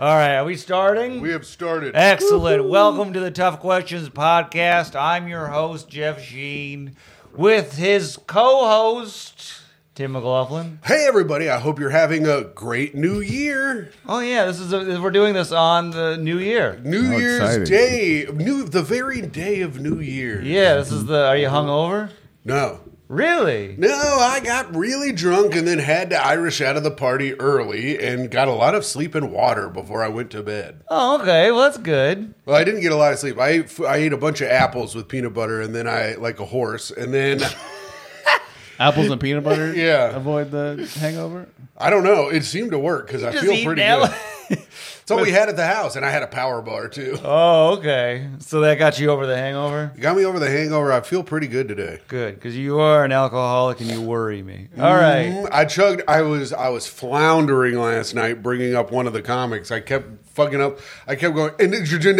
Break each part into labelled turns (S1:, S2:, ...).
S1: All right, are we starting?
S2: We have started.
S1: Excellent. Welcome to the Tough Questions Podcast. I'm your host, Jeff Sheen, with his co host, Tim McLaughlin.
S2: Hey everybody, I hope you're having a great new year.
S1: Oh, yeah, this is a, we're doing this on the new year.
S2: New
S3: How
S2: Year's
S3: exciting.
S2: Day. New the very day of New Year.
S1: Yeah, this is the. Are you hungover?
S2: No.
S1: Mm-hmm. Really?
S2: No, I got really drunk and then had to Irish out of the party early and got a lot of sleep and water before I went to bed.
S1: Oh, okay. Well, that's good.
S2: Well, I didn't get a lot of sleep. I ate, f- I ate a bunch of apples with peanut butter and then I like a horse and then
S3: Apples and peanut butter.
S2: Yeah.
S3: Avoid the hangover.
S2: I don't know. It seemed to work because I
S1: Just
S2: feel
S1: eat
S2: pretty
S1: now.
S2: good. That's all we had at the house, and I had a power bar too.
S1: Oh, okay. So that got you over the hangover?
S2: Got me over the hangover. I feel pretty good today.
S1: Good, because you are an alcoholic and you worry me. All right.
S2: Mm, I chugged. I was I was floundering last night, bringing up one of the comics. I kept fucking up. I kept going, and then j- j-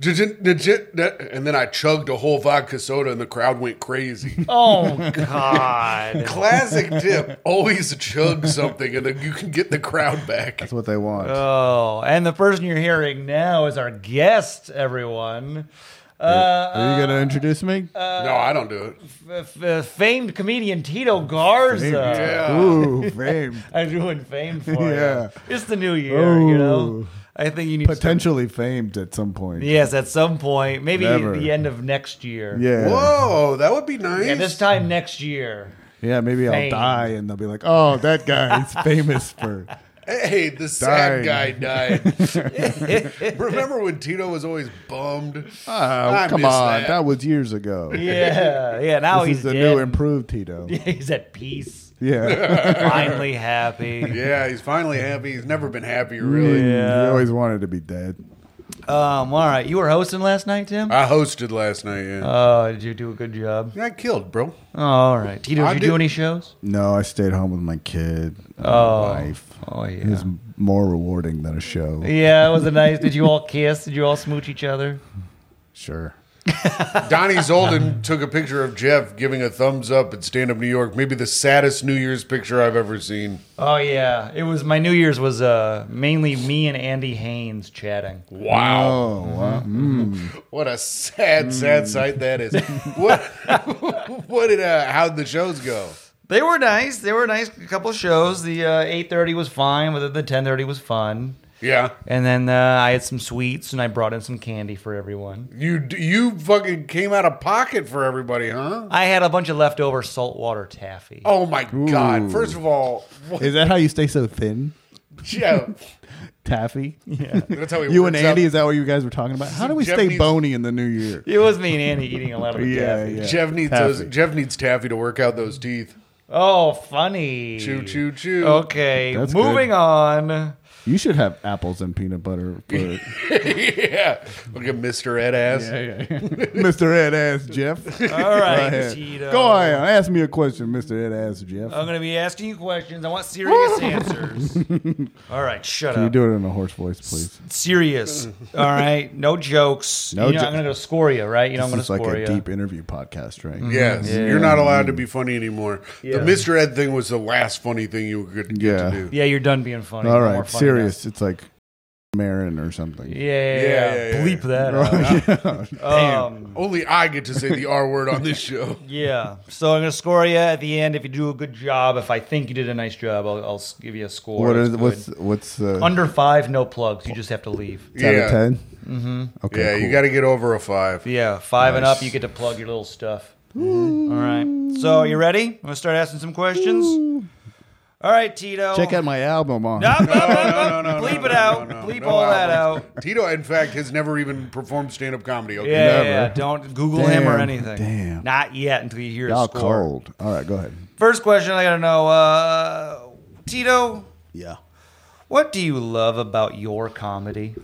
S2: j- j- j- j- and then I chugged a whole vodka soda, and the crowd went crazy.
S1: Oh, God.
S2: Classic tip: always chug something, and then you can get the crowd back.
S3: That's what they want.
S1: Oh, and the person you're hearing now is our guest, everyone.
S3: Are
S1: Uh,
S3: you gonna introduce me?
S2: no, I don't do it.
S1: f- f- famed comedian Tito Garza.
S2: Yeah.
S3: Ooh, fame.
S1: I'm doing fame for
S3: Yeah.
S1: you. It's the new year, you know.
S3: Ooh.
S1: I think you need. to
S3: Potentially famed at some point.
S1: yes, at some point, maybe
S3: Never.
S1: the end of next year.
S3: Yeah.
S2: Whoa, that would be nice.
S1: Yeah, this time next year.
S3: Yeah, Maybe
S1: Fame.
S3: I'll die and they'll be like, "Oh, that guy is famous for."
S2: hey, the sad
S3: Dying.
S2: guy died. Remember when Tito was always bummed?
S3: Oh,
S2: I
S3: come
S2: miss
S3: on,
S2: that.
S3: that. was years ago.
S1: Yeah, yeah. Now
S3: This
S1: he's
S3: is the
S1: dead.
S3: new improved Tito.
S1: he's at peace.
S3: Yeah.
S1: Finally happy.
S2: Yeah, he's finally happy. He's never been happier, really.
S3: He always wanted to be dead.
S1: Um. All right. You were hosting last night, Tim.
S2: I hosted last night. Yeah,
S3: Uh,
S1: Oh, did you do a good job?
S2: I killed, bro.
S1: Oh, all right. Tito, did
S2: I
S1: you
S2: did-
S1: do any shows?
S3: No, I stayed home with my kid, my
S1: Oh.
S3: wife.
S1: Oh yeah.
S3: It was more rewarding than a show.
S1: yeah, it was a nice. Did you all kiss? Did you all smooch each other?
S3: Sure.
S2: Donnie Zolden took a picture of Jeff giving a thumbs up at Stand Up New York. Maybe the saddest New Year's picture I've ever seen.
S1: Oh yeah, it was. My New Year's was uh, mainly me and Andy Haynes chatting.
S2: Wow,
S3: Oh, wow.
S2: what a sad,
S3: Mm.
S2: sad sight that is. what? what did? Uh, how'd the shows go?
S1: They were nice. They were nice. A couple shows. The uh, eight thirty was fine, but the ten thirty was fun.
S2: Yeah,
S1: And then uh, I had some sweets, and I brought in some candy for everyone.
S2: you you fucking came out of pocket for everybody, huh?
S1: I had a bunch of leftover saltwater taffy.
S2: Oh my god!
S3: Ooh.
S2: First of all, what,
S3: Is that how you stay so thin?
S2: Jeff,
S3: Taffy?
S1: Yeah.
S2: that's how he
S3: You and
S2: works out.
S3: Andy, is that what you guys were talking about? How do we
S2: Japanese-
S3: stay bony in the new year?
S1: It was me and Andy eating a lot of the taffy.
S2: Jeff needs
S3: Taffy.
S2: those, Jeff needs taffy to work out those teeth.
S1: Oh, funny.
S2: Choo choo choo.
S3: Oh,
S1: Okay,
S3: That's
S1: moving
S3: good.
S1: on.
S3: You should have apples and peanut butter. For, yeah,
S2: yeah. Look at Mr. Ed Ass.
S3: yeah, yeah. Mr. Ed Ass Jeff.
S1: All
S3: Go
S1: right,
S3: ahead.
S1: Tito.
S3: Go ahead. Ask me a question, Mr. Ed Ass Jeff.
S1: I'm going to be asking you questions. I want serious answers. All right, shut
S3: Can you
S1: up.
S3: do it in a hoarse voice, please?
S1: serious. All right, no jokes.
S3: No
S1: you know,
S3: jo-
S1: I'm going to go score you, right? You know, I'm going to
S3: This is like
S1: score
S3: a
S1: you.
S3: deep interview podcast, right?
S2: Yes. You're not allowed to be funny anymore.
S1: Yeah.
S2: The Mr. Ed thing was the last funny thing you could get to
S3: Yeah.
S2: do.
S1: Yeah, you're done being funny.
S3: All
S1: No more
S3: right.
S1: funny
S3: Serious. It's like Marin or something.
S1: now. Yeah yeah,
S2: Yeah,
S1: yeah,
S2: yeah, yeah.
S1: Bleep that. out.
S3: Yeah.
S1: Um,
S2: Only I get to say the R word on this show.
S1: yeah. So I'm going to score you at the end if you do a good job. If I think you did a nice job, I'll, I'll s- give you a score.
S3: What
S1: It's
S3: is
S1: good.
S3: what's what's the
S1: Under five, no plugs. You just have to leave.
S3: ten
S2: yeah.
S3: of ten? Mm-hmm. Okay.
S2: Yeah, you got to get over a five.
S1: Yeah, five and up, you get to plug your little stuff. All right. Mm-hmm. So, you ready? I'm going to start asking some questions. All right, Tito.
S3: Check out my album on.
S1: No, no, no,
S2: no,
S1: no,
S2: no, no,
S1: Bleep
S2: no,
S1: it out.
S2: no, no,
S1: Bleep
S2: no
S1: all that
S2: albums.
S1: out.
S2: Tito, in fact, has never even performed stand up comedy. Okay.
S1: Yeah, yeah,
S3: Never.
S1: yeah. Don't Google him or
S3: Damn,
S1: anything.
S3: damn.
S1: Not yet until you hear his
S3: Y'all
S1: score.
S3: cold. All right, go ahead.
S1: First question I got to know uh, Tito,
S3: Yeah.
S1: what do you love about your comedy?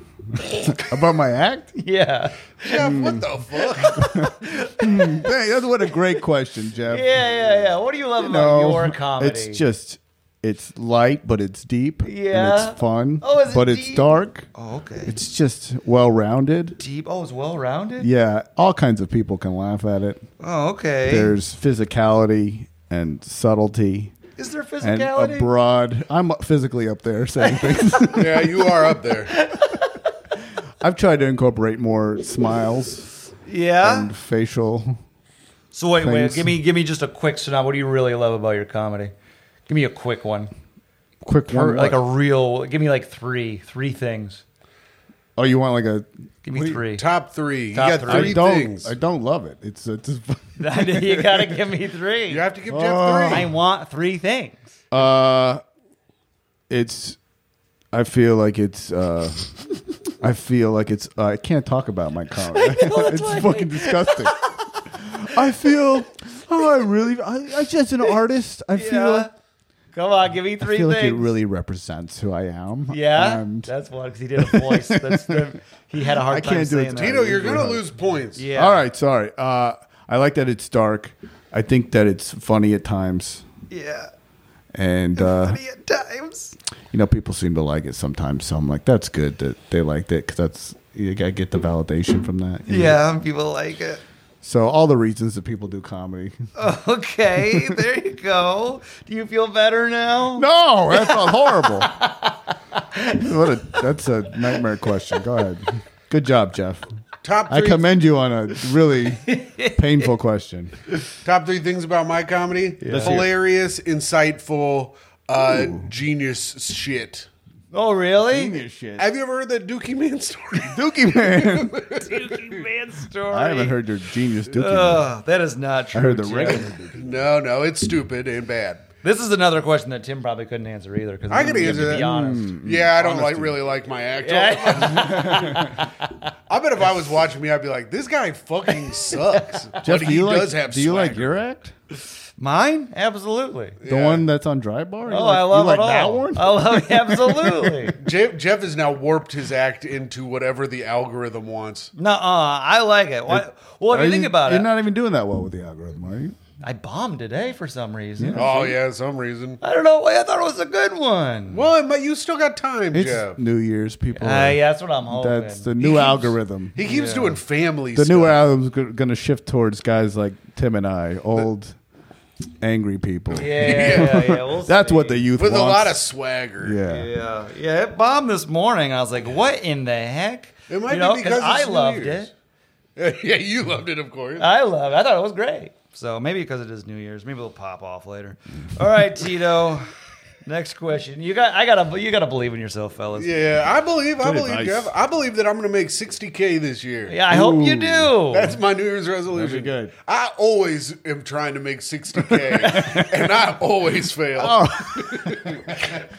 S3: About my act?
S1: Yeah.
S2: Jeff, what the fuck?
S3: Dang, that's what a great question, Jeff.
S1: Yeah, yeah, yeah. What do you love about
S3: No,
S1: your comedy?
S3: It's just it's light, but it's deep.
S1: Yeah.
S3: And it's fun.
S1: Oh, is it
S3: but it's
S1: deep?
S3: dark.
S1: Oh, okay.
S3: It's just well rounded.
S1: deep. Oh, it's well rounded?
S3: Yeah. All kinds of people can laugh at it.
S1: Oh, okay.
S3: There's physicality and subtlety.
S1: Is there
S3: and
S1: physicality?
S3: abroad. I'm physically up there saying things.
S2: Yeah, you are up there.
S3: I've tried to incorporate more smiles
S1: yeah.
S3: and facial.
S1: so wait, wait.
S3: things.
S1: Give me, give me just a quick synopsis. What do you really love about your comedy? Give me a quick one,
S3: Quick
S1: or
S3: one.
S1: like a
S3: what-
S1: real. Give me like three, three things.
S3: oh, you want like a?
S1: Give me
S2: We-
S1: three.
S2: Top three.
S1: Top
S2: you got
S1: three.
S2: three,
S3: I don't.
S2: things.
S3: I don't love it. It's it's.
S1: you gotta give me three.
S2: you have to give Jeff
S3: Oh.
S2: three.
S1: I want three things.
S3: Uh, it's. I feel like it's. Uh, I feel like it's. Uh, I can't talk about my comedy. it's fucking disgusting. I feel. Oh, I really. I, I just an artist. I
S1: Yeah.
S3: feel.
S1: Come on, give me three
S3: I feel like
S1: things.
S3: it really represents who I am.
S1: yeah,
S3: And-
S1: that's one because he did a voice. That's the, he had a hard
S3: I
S1: time
S3: can't do it.
S1: saying that.
S2: Tito, you're gonna lose points.
S1: Yeah.
S3: All right. Sorry. Uh, I like that it's dark. I think that it's funny at times,
S1: Yeah.
S3: and uh,
S1: at times.
S3: you know, people seem to like it sometimes. So I'm like, that's good that they liked it because that's you gotta get the validation from that. you know?
S1: people like it.
S3: So all the reasons that people do comedy.
S1: Okay, there you go. Do you feel better now?
S3: No, that's not horrible. what a, that's a nightmare question. Go ahead. Good job, Jeff.
S2: Top
S3: I
S2: three.
S3: commend you on a really painful question.
S2: Top three things about my comedy:
S3: Let's hear it.
S2: hilarious, insightful, uh, genius shit.
S1: Oh, really?
S3: shit.
S2: Have you ever heard that Dookie Man story?
S3: Dookie man.
S1: Dookie Man story.
S3: I haven't heard your genius Dookie. man.
S1: Ugh, that is not true.
S3: I heard the
S1: Jeff.
S3: regular.
S2: no, no, it's stupid and bad.
S1: This is another question that Tim probably couldn't answer either. Because
S2: I could
S1: to
S2: answer
S1: Be
S2: that.
S1: honest.
S3: Hmm.
S2: Yeah, I don't like really like my act. I bet if I was watching me, I'd be like, "This guy fucking sucks."
S3: Jeff,
S2: but
S3: do
S2: he
S3: you like?
S2: does have.
S3: do you like
S2: swagger.
S3: your act?
S1: Mine? Absolutely.
S3: The one that's on Dry Bar? You
S1: Oh,
S3: like-
S1: I love
S3: you like
S1: it all.
S3: that one.
S1: I love absolutely.
S2: Jeff, Jeff has now warped his act into whatever the algorithm wants.
S1: Nuh-uh, I like it. Why, well, if
S3: Are
S1: you think about
S3: you're
S1: it,
S3: not even doing that well with the algorithm, are you?
S1: I bombed today for some reason.
S2: Oh yeah, some reason.
S1: I don't know why. I thought it was a good one.
S2: Well, it might- you still got time,
S3: It's
S2: Jeff.
S3: New Year's, people.
S1: Uh,
S3: are-
S1: yeah, that's what I'm hoping.
S3: That's the new algorithm.
S2: He keeps doing family.
S3: the
S2: stuff.
S3: new album's going to shift towards guys like Tim and I, old, angry people.
S1: yeah, yeah, yeah. We'll
S3: That's
S1: see.
S3: what the youth
S2: with a
S3: wants.
S2: lot of swagger.
S3: yeah.
S1: Yeah, yeah. It bombed this morning. I was like, "What in the heck?"
S2: It might
S1: You know,
S2: be
S1: 'cause
S2: because
S1: I
S2: it's New
S1: loved
S2: Year's.
S1: it.
S2: yeah, you loved it, of course.
S1: I love. It. I thought it was great. So maybe because it is New Year's, maybe it'll pop off later. All right, Tito. Next question. You got. I gotta. You gotta believe in yourself, fellas.
S2: yeah, I believe, I
S3: Good
S2: believe,
S3: advice.
S2: Jeff. I believe that I'm going to make 60k this year.
S1: Yeah, I hope you do.
S3: Ooh.
S2: That's my New Year's resolution.
S3: good.
S2: I always am trying to make 60K and I always fail.
S3: Oh.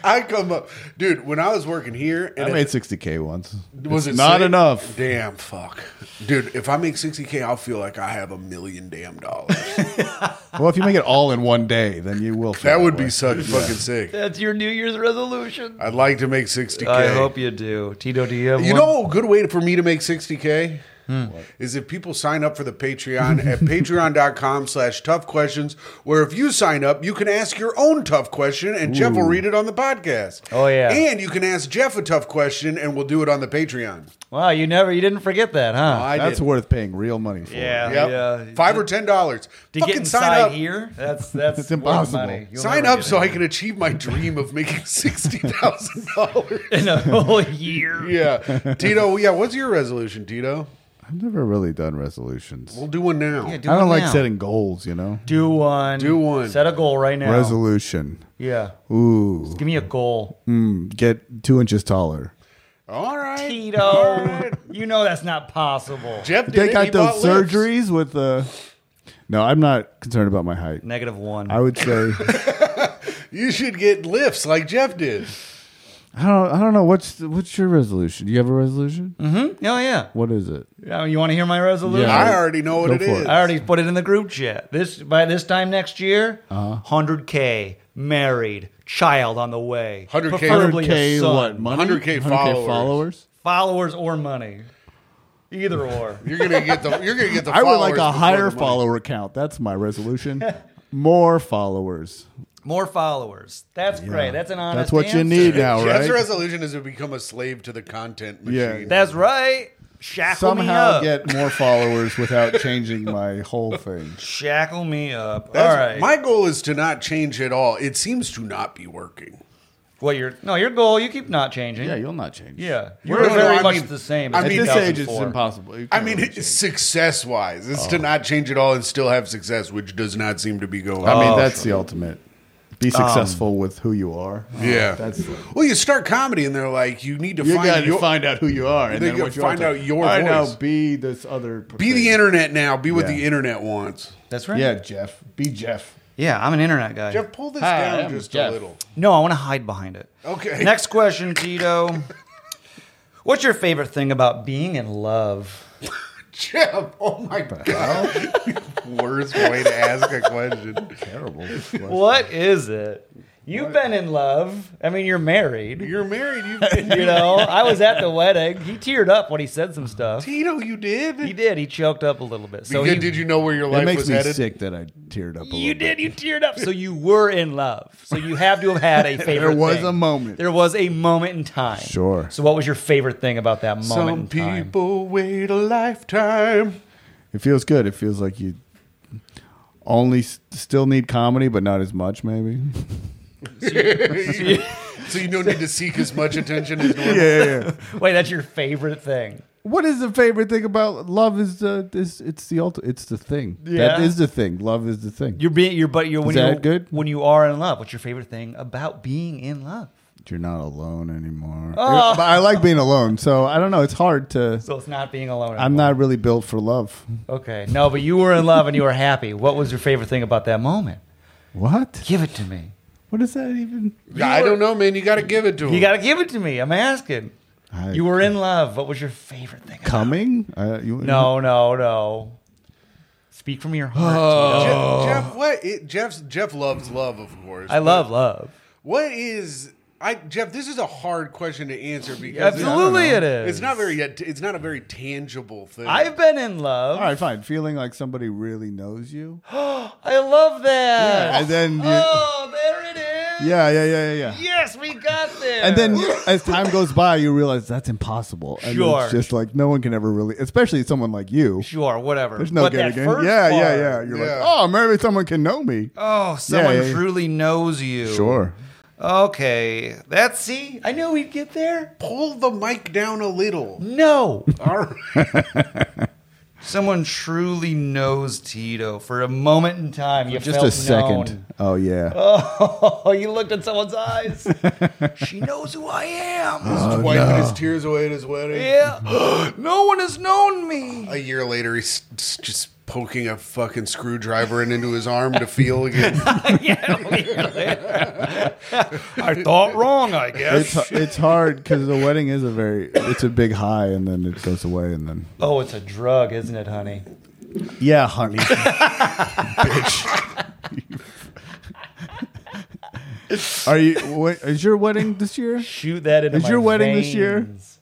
S2: I come up, dude, when I was working here, and
S3: I
S2: it-
S3: made 60K once.
S2: was
S3: It's
S2: it
S3: not
S2: sick?
S3: enough?
S2: Damn, fuck. Dude, if I make 60K, I'll feel like I have a million damn dollars.
S3: Well, if you make it all in one day, then you will. feel
S2: That would
S3: way.
S2: be such fucking sick.
S1: That's your New Year's resolution.
S2: I'd like to make 60K.
S1: I hope you do. Tito, do you have
S2: You
S1: one? Hmm.
S2: know, a good way for me to make 60K is if people sign up for the Patreon at patreon.com slash tough questions, where if you sign up, you can ask your own tough question and Jeff will read it on the podcast.
S1: Oh, yeah.
S2: And you can ask Jeff a tough question and we'll do it on the Patreon.
S1: Wow, you never, you didn't forget that, huh?
S2: I
S3: That's
S2: did.
S3: worth paying real money for.
S1: Yeah,
S2: Yep.
S1: yeah.
S2: Five or ten dollars.
S1: uh, to
S2: Fucking
S1: get
S2: sign
S1: inside
S2: up.
S1: here, that's that's
S3: It's
S1: worth
S3: impossible.
S1: money. You'll
S2: Sign
S1: never
S2: up
S1: get
S2: so
S1: it.
S2: I can achieve my dream of making sixty thousand dollars.
S1: in a whole year.
S2: Yeah, Tito. Yeah, what's your resolution, Tito?
S3: I've never really done resolutions.
S2: We'll do one now.
S1: Yeah,
S3: I don't
S1: one
S3: like
S1: now.
S3: setting goals, you know?
S1: Do one.
S2: Do one.
S1: Set a goal right now.
S3: Resolution.
S1: yeah.
S3: Ooh.
S1: Give me a goal.
S3: Mm, get two inches taller.
S2: All right, All
S1: Tito,
S2: right.
S1: you know that's not possible.
S2: Jeff did
S3: they
S2: it. He
S3: got
S2: bought
S3: those
S2: lips.
S3: surgeries with the. No, I'm not concerned about my height.
S1: Negative one.
S3: I would say
S2: You should get lifts like Jeff did.
S3: I don't. I don't know what's what's your resolution. Do you have a resolution?
S1: oh yeah.
S3: What is it?
S1: Uh, You want to hear my resolution?
S3: Yeah.
S2: I already know what
S3: Go
S2: it
S3: for it.
S2: is.
S1: I already put it in the group chat. This by this time next year,
S3: Uh-huh.
S1: hundred k, married, child on the way,
S2: 100K.
S1: preferably a
S3: 100K
S1: son.
S3: what money?
S2: 100K followers.
S1: followers or money, either or.
S2: You're gonna get the. You're gonna get the.
S3: I would like
S2: followers before
S3: a higher
S2: the money.
S3: follower count. That's my resolution. More followers.
S1: More followers. That's great. That's an honest.
S3: That's what you
S1: answer.
S3: need now,
S2: Jeff's
S3: right?
S2: resolution is to become a slave to the content machine.
S3: Yeah.
S1: That's right. Shackle me
S3: somehow
S1: up.
S3: get more followers without changing my whole thing.
S1: Shackle me up.
S2: That's-
S1: All right.
S2: My goal is to not change at all. It seems to not be working.
S1: well, your no, your goal. You keep not changing.
S3: Yeah, you'll not change.
S1: Yeah.
S2: No,
S1: We're
S2: no,
S1: very
S2: I
S1: much
S2: mean-
S1: the same.
S2: I
S1: as
S3: At
S2: mean,
S3: this age, it's
S1: 2004.
S3: impossible. You
S2: I
S3: can't
S2: mean,
S3: really
S2: it-
S3: change.
S2: success wise, it's
S3: Oh.
S2: to not change at all and still have success, which does not seem to be going.
S3: I mean,
S1: Oh,
S3: that's the ultimate. Be successful with who you are.
S2: Um, yeah.
S3: Oh. that's the-
S2: well, you start comedy and they're like, you need to
S3: You
S2: find
S3: gotta
S2: your,
S3: find out who you are, and
S2: They
S3: then
S2: gotta
S3: what you
S2: find
S3: are.
S2: out your
S3: I know.
S2: voice.
S3: Be this other.
S2: be
S3: thing.
S2: the internet now. Be what
S3: Yeah.
S2: the internet wants.
S1: That's right.
S3: Yeah, Jeff. Be Jeff.
S1: Yeah, I'm an internet guy.
S2: Jeff, pull this
S3: Hi,
S2: down
S3: I'm
S2: just
S3: Jeff.
S2: a little.
S1: No, I want to hide behind it.
S2: Okay.
S1: Next question, Tito. What's your favorite thing about being in love?
S2: Jeff, oh my god, worst way to ask a question.
S3: Terrible.
S1: What is it? You've been in love. I mean, you're married.
S2: You're married. You've been
S1: You know, I was at the wedding. He teared up when he said some stuff.
S2: Tito. You did.
S1: He did. He choked up a little bit. So
S2: Because
S1: he,
S2: did you know where your
S3: It
S2: life
S3: makes
S2: was
S3: me
S2: headed?
S3: sick that I teared up. A
S1: You
S3: little bit.
S1: did. You teared up. So you were in love. So you have to have had a favorite.
S3: There was
S1: thing.
S3: a moment.
S1: There was a moment in time.
S3: Sure.
S1: So what was your favorite thing about that moment
S2: Some
S1: in time?
S2: people wait a lifetime.
S3: It feels good. It feels like you only s- still need comedy, but not as much, maybe.
S2: So you don't need to seek as much attention as normal.
S3: yeah, yeah.
S1: Wait, that's your favorite thing.
S3: What is the favorite thing about love? Is the is it's the ulti- it's the thing.
S1: Yeah.
S3: That is the thing. Love is the thing. You're,
S1: You're being you're but you're when
S3: Is
S1: you
S3: that good?
S1: when you are in love. What's your favorite thing about being in love?
S3: not alone anymore.
S2: Oh.
S3: But I like being alone, so I don't know. It's hard to.
S1: So it's not being alone.
S3: I'm not really built for love.
S1: okay. No, but you were in love and you were happy. What was your favorite thing about that moment?
S3: What?
S1: Give it to me.
S3: What is that even?
S2: I don't know, man. You got to give it to him.
S1: You got to give it to me. I'm asking.
S3: I-
S1: You were in love. What was your favorite thing? about-
S3: coming? Uh, you,
S1: No, no, no. Speak from your heart. Tito.
S3: Oh.
S2: Jeff, Jeff, what? It, Jeff's, Jeff loves love, of course.
S1: Oh. I love love.
S2: What is I Jeff? This is a hard question to answer because it's-
S1: Absolutely, it is.
S2: It's not very yet. It's not a very tangible thing.
S1: I've been in love.
S3: All right, fine. Feeling like somebody really knows you,
S1: I love that.
S3: and then you,
S1: oh, there it is.
S3: yeah, yeah, yeah, yeah, yeah.
S1: Yes, we got there.
S3: And then as time goes by, you realize that's impossible. And
S1: Sure.
S3: It's just like no one can ever really, especially someone like you.
S1: sure, whatever.
S3: There's no
S1: but
S3: getting
S1: that
S3: again.
S1: first
S3: Yeah, yeah,
S1: part-
S3: yeah. You're
S2: Yeah.
S3: like, oh, maybe someone can know me.
S1: Oh, someone
S3: yeah, yeah.
S1: truly knows you.
S3: Sure.
S1: Okay. That's see. I knew we'd get there.
S2: pull the mic down a little.
S1: No.
S2: All right.
S1: Someone truly knows Tito for a moment in time. You
S3: Just
S1: felt
S3: a second.
S1: known.
S3: Oh yeah.
S1: Oh, you looked at someone's eyes. she knows who I am.
S3: Oh,
S2: Just wiping his tears away at his wedding.
S1: Yeah. no one has known me.
S2: A year later, he's s- just poking a fucking screwdriver in into his arm to feel again.
S1: I thought wrong, I guess.
S3: It's it's hard because the wedding is a very it's a big high and then it goes away and then
S1: Oh, it's a drug, isn't it, honey?
S3: yeah, honey. Bitch. Are you? Wait, is your wedding this year?
S1: Shoot that into
S3: Is
S1: my
S3: your wedding this year?
S1: veins.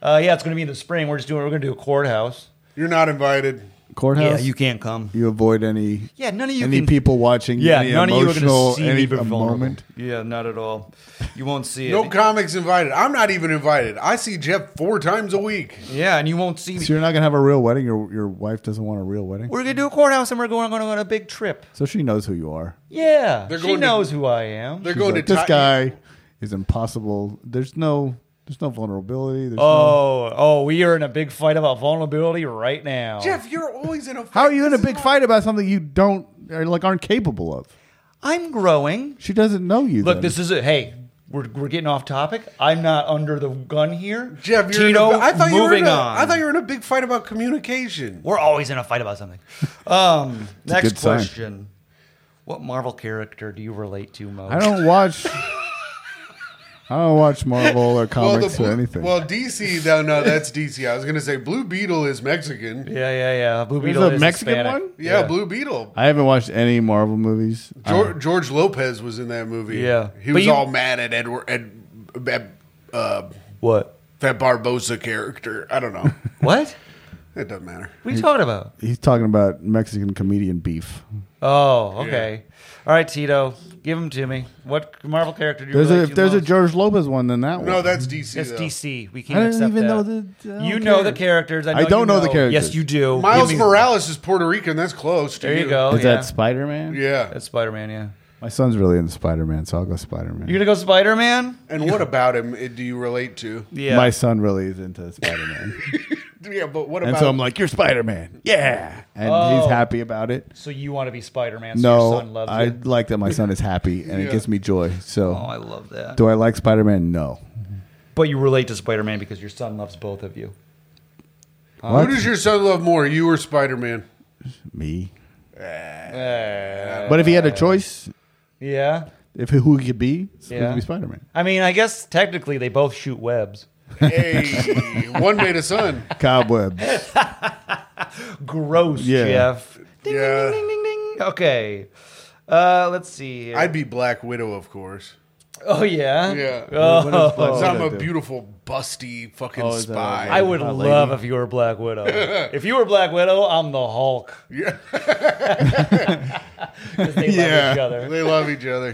S1: Uh, yeah, it's going to be in the spring. We're just doing. We're going to do a courthouse.
S2: You're not invited.
S3: Courthouse. you,
S1: can't come.
S3: avoid any
S1: Yeah, none of you
S3: any
S1: can.
S3: people watching.
S1: yeah,
S3: any
S1: none of you are going
S3: emotional-
S1: to see
S3: any
S1: me be
S3: a
S1: vulnerable.
S3: moment.
S1: Yeah, not at all. You won't see it.
S2: No comics invited. I'm not even invited. I see Jeff four times a week.
S1: yeah, and you won't see me.
S3: So you're not gonna have a real wedding. Your your wife doesn't want a real wedding,
S1: We're going to do a courthouse, and we're going, going on a big trip.
S3: so she knows who you are.
S1: Yeah,
S2: They're
S1: she
S2: going to-
S1: knows who I am.
S2: They're
S3: She's
S2: going
S3: like,
S2: to
S3: this
S2: Ti-
S3: guy is impossible. There's no there's no vulnerability. There's no,
S1: Oh, oh, we are in a big fight about vulnerability right now.
S2: Oh. Jeff, you're always in a.
S3: how are you in a
S2: This is
S3: big
S2: not-
S3: fight about something you don't or like aren't capable of?
S1: I'm growing.
S3: She doesn't know you.
S1: Look,
S3: then.
S1: this is it. Hey, we're, we're getting off topic. I'm not under the gun here.
S2: Jeff, you're
S1: Tito,
S2: in a, I thought you
S1: moving
S2: were in a,
S1: on.
S2: I thought you were in a big fight about communication.
S1: We're always in a fight about something. Um, next
S3: good sign.
S1: question. What Marvel character do you relate to most?
S3: I don't watch. I don't watch Marvel or comics
S2: Blue-
S3: or anything.
S2: well, DC. No, no, that's DC. I was gonna say Blue Beetle is Mexican. Yeah,
S1: Yeah, yeah, yeah. Blue
S3: There's
S1: Beetle
S3: a
S1: is
S3: Mexican
S1: Hispanic.
S3: one?
S2: Blue Beetle.
S3: I haven't watched any Marvel movies.
S2: George, George Lopez was in that movie.
S1: Yeah.
S2: he
S1: But
S2: was
S1: you-
S2: all mad at Edward at, at uh,
S1: What?
S2: that Barbosa character. I don't know.
S1: What?
S2: It doesn't matter.
S1: What are you talking about?
S3: He's talking about Mexican comedian beef.
S1: Oh, okay. All right, Tito, give them to me. What Marvel character do you
S3: There's a,
S1: relate
S3: if
S1: to
S3: there's a
S1: most?
S3: George Lopez one, then that one.
S2: No, that's DC.
S1: It's
S2: though.
S1: DC. We
S3: I
S1: can't
S3: don't
S1: accept
S3: even know
S1: that.
S3: the. I don't
S1: you know
S3: care.
S1: the characters. I, know
S3: don't
S1: you
S3: know the
S1: Yes,
S3: characters.
S1: you do.
S2: Miles
S1: Give me-
S2: Morales is Puerto Rican. That's close. To
S1: There you go.
S4: Is
S1: Oh, yeah.
S4: that Spider Man?
S2: Yeah.
S1: That's Spider Man. Yeah.
S3: My son's really into Spider Man, so I'll go Spider
S1: You're
S3: Man.
S1: gonna go Spider Man?
S2: and what about him eh, do you relate to?
S1: Yeah.
S3: My son really is into Spider Man,
S2: Yeah, but what
S3: and
S2: about
S3: so I'm like, "You're Spider Man, yeah!" And
S1: Oh.
S3: he's happy about it.
S1: so you want to be Spider Man? So your son
S3: no,
S1: loves
S3: I
S1: you.
S3: like that my son is happy, and
S2: Yeah.
S3: it gives me joy. So,
S1: Oh, I love that.
S3: do I like Spider Man? No.
S1: But you relate to Spider Man because your son loves both of you.
S3: What?
S2: who does your son love more, you or Spider Man?
S3: Me.
S1: Uh,
S3: But if he had a choice,
S1: yeah.
S3: if who he could be, yeah.
S1: Yeah.
S3: could be Spider Man.
S1: I mean, I guess technically they both shoot webs.
S2: Hey, one made a son.
S3: Cobweb.
S1: Gross,
S3: Yeah.
S1: Jeff. Ding,
S2: Yeah.
S1: ding, ding, ding, ding. Okay. Uh, let's see. Here.
S2: I'd be Black Widow, of course.
S1: oh yeah.
S2: Yeah.
S1: Oh,
S3: What is Black
S2: Because
S3: Widow
S2: I'm a
S3: do?
S2: beautiful, busty fucking
S3: Oh, is that
S2: spy.
S3: right?
S1: I would
S3: Hot
S1: love
S3: lady.
S1: if you were Black Widow. if you were Black Widow, I'm the Hulk. Yeah. they
S2: yeah.
S1: love each other.
S2: They love each other.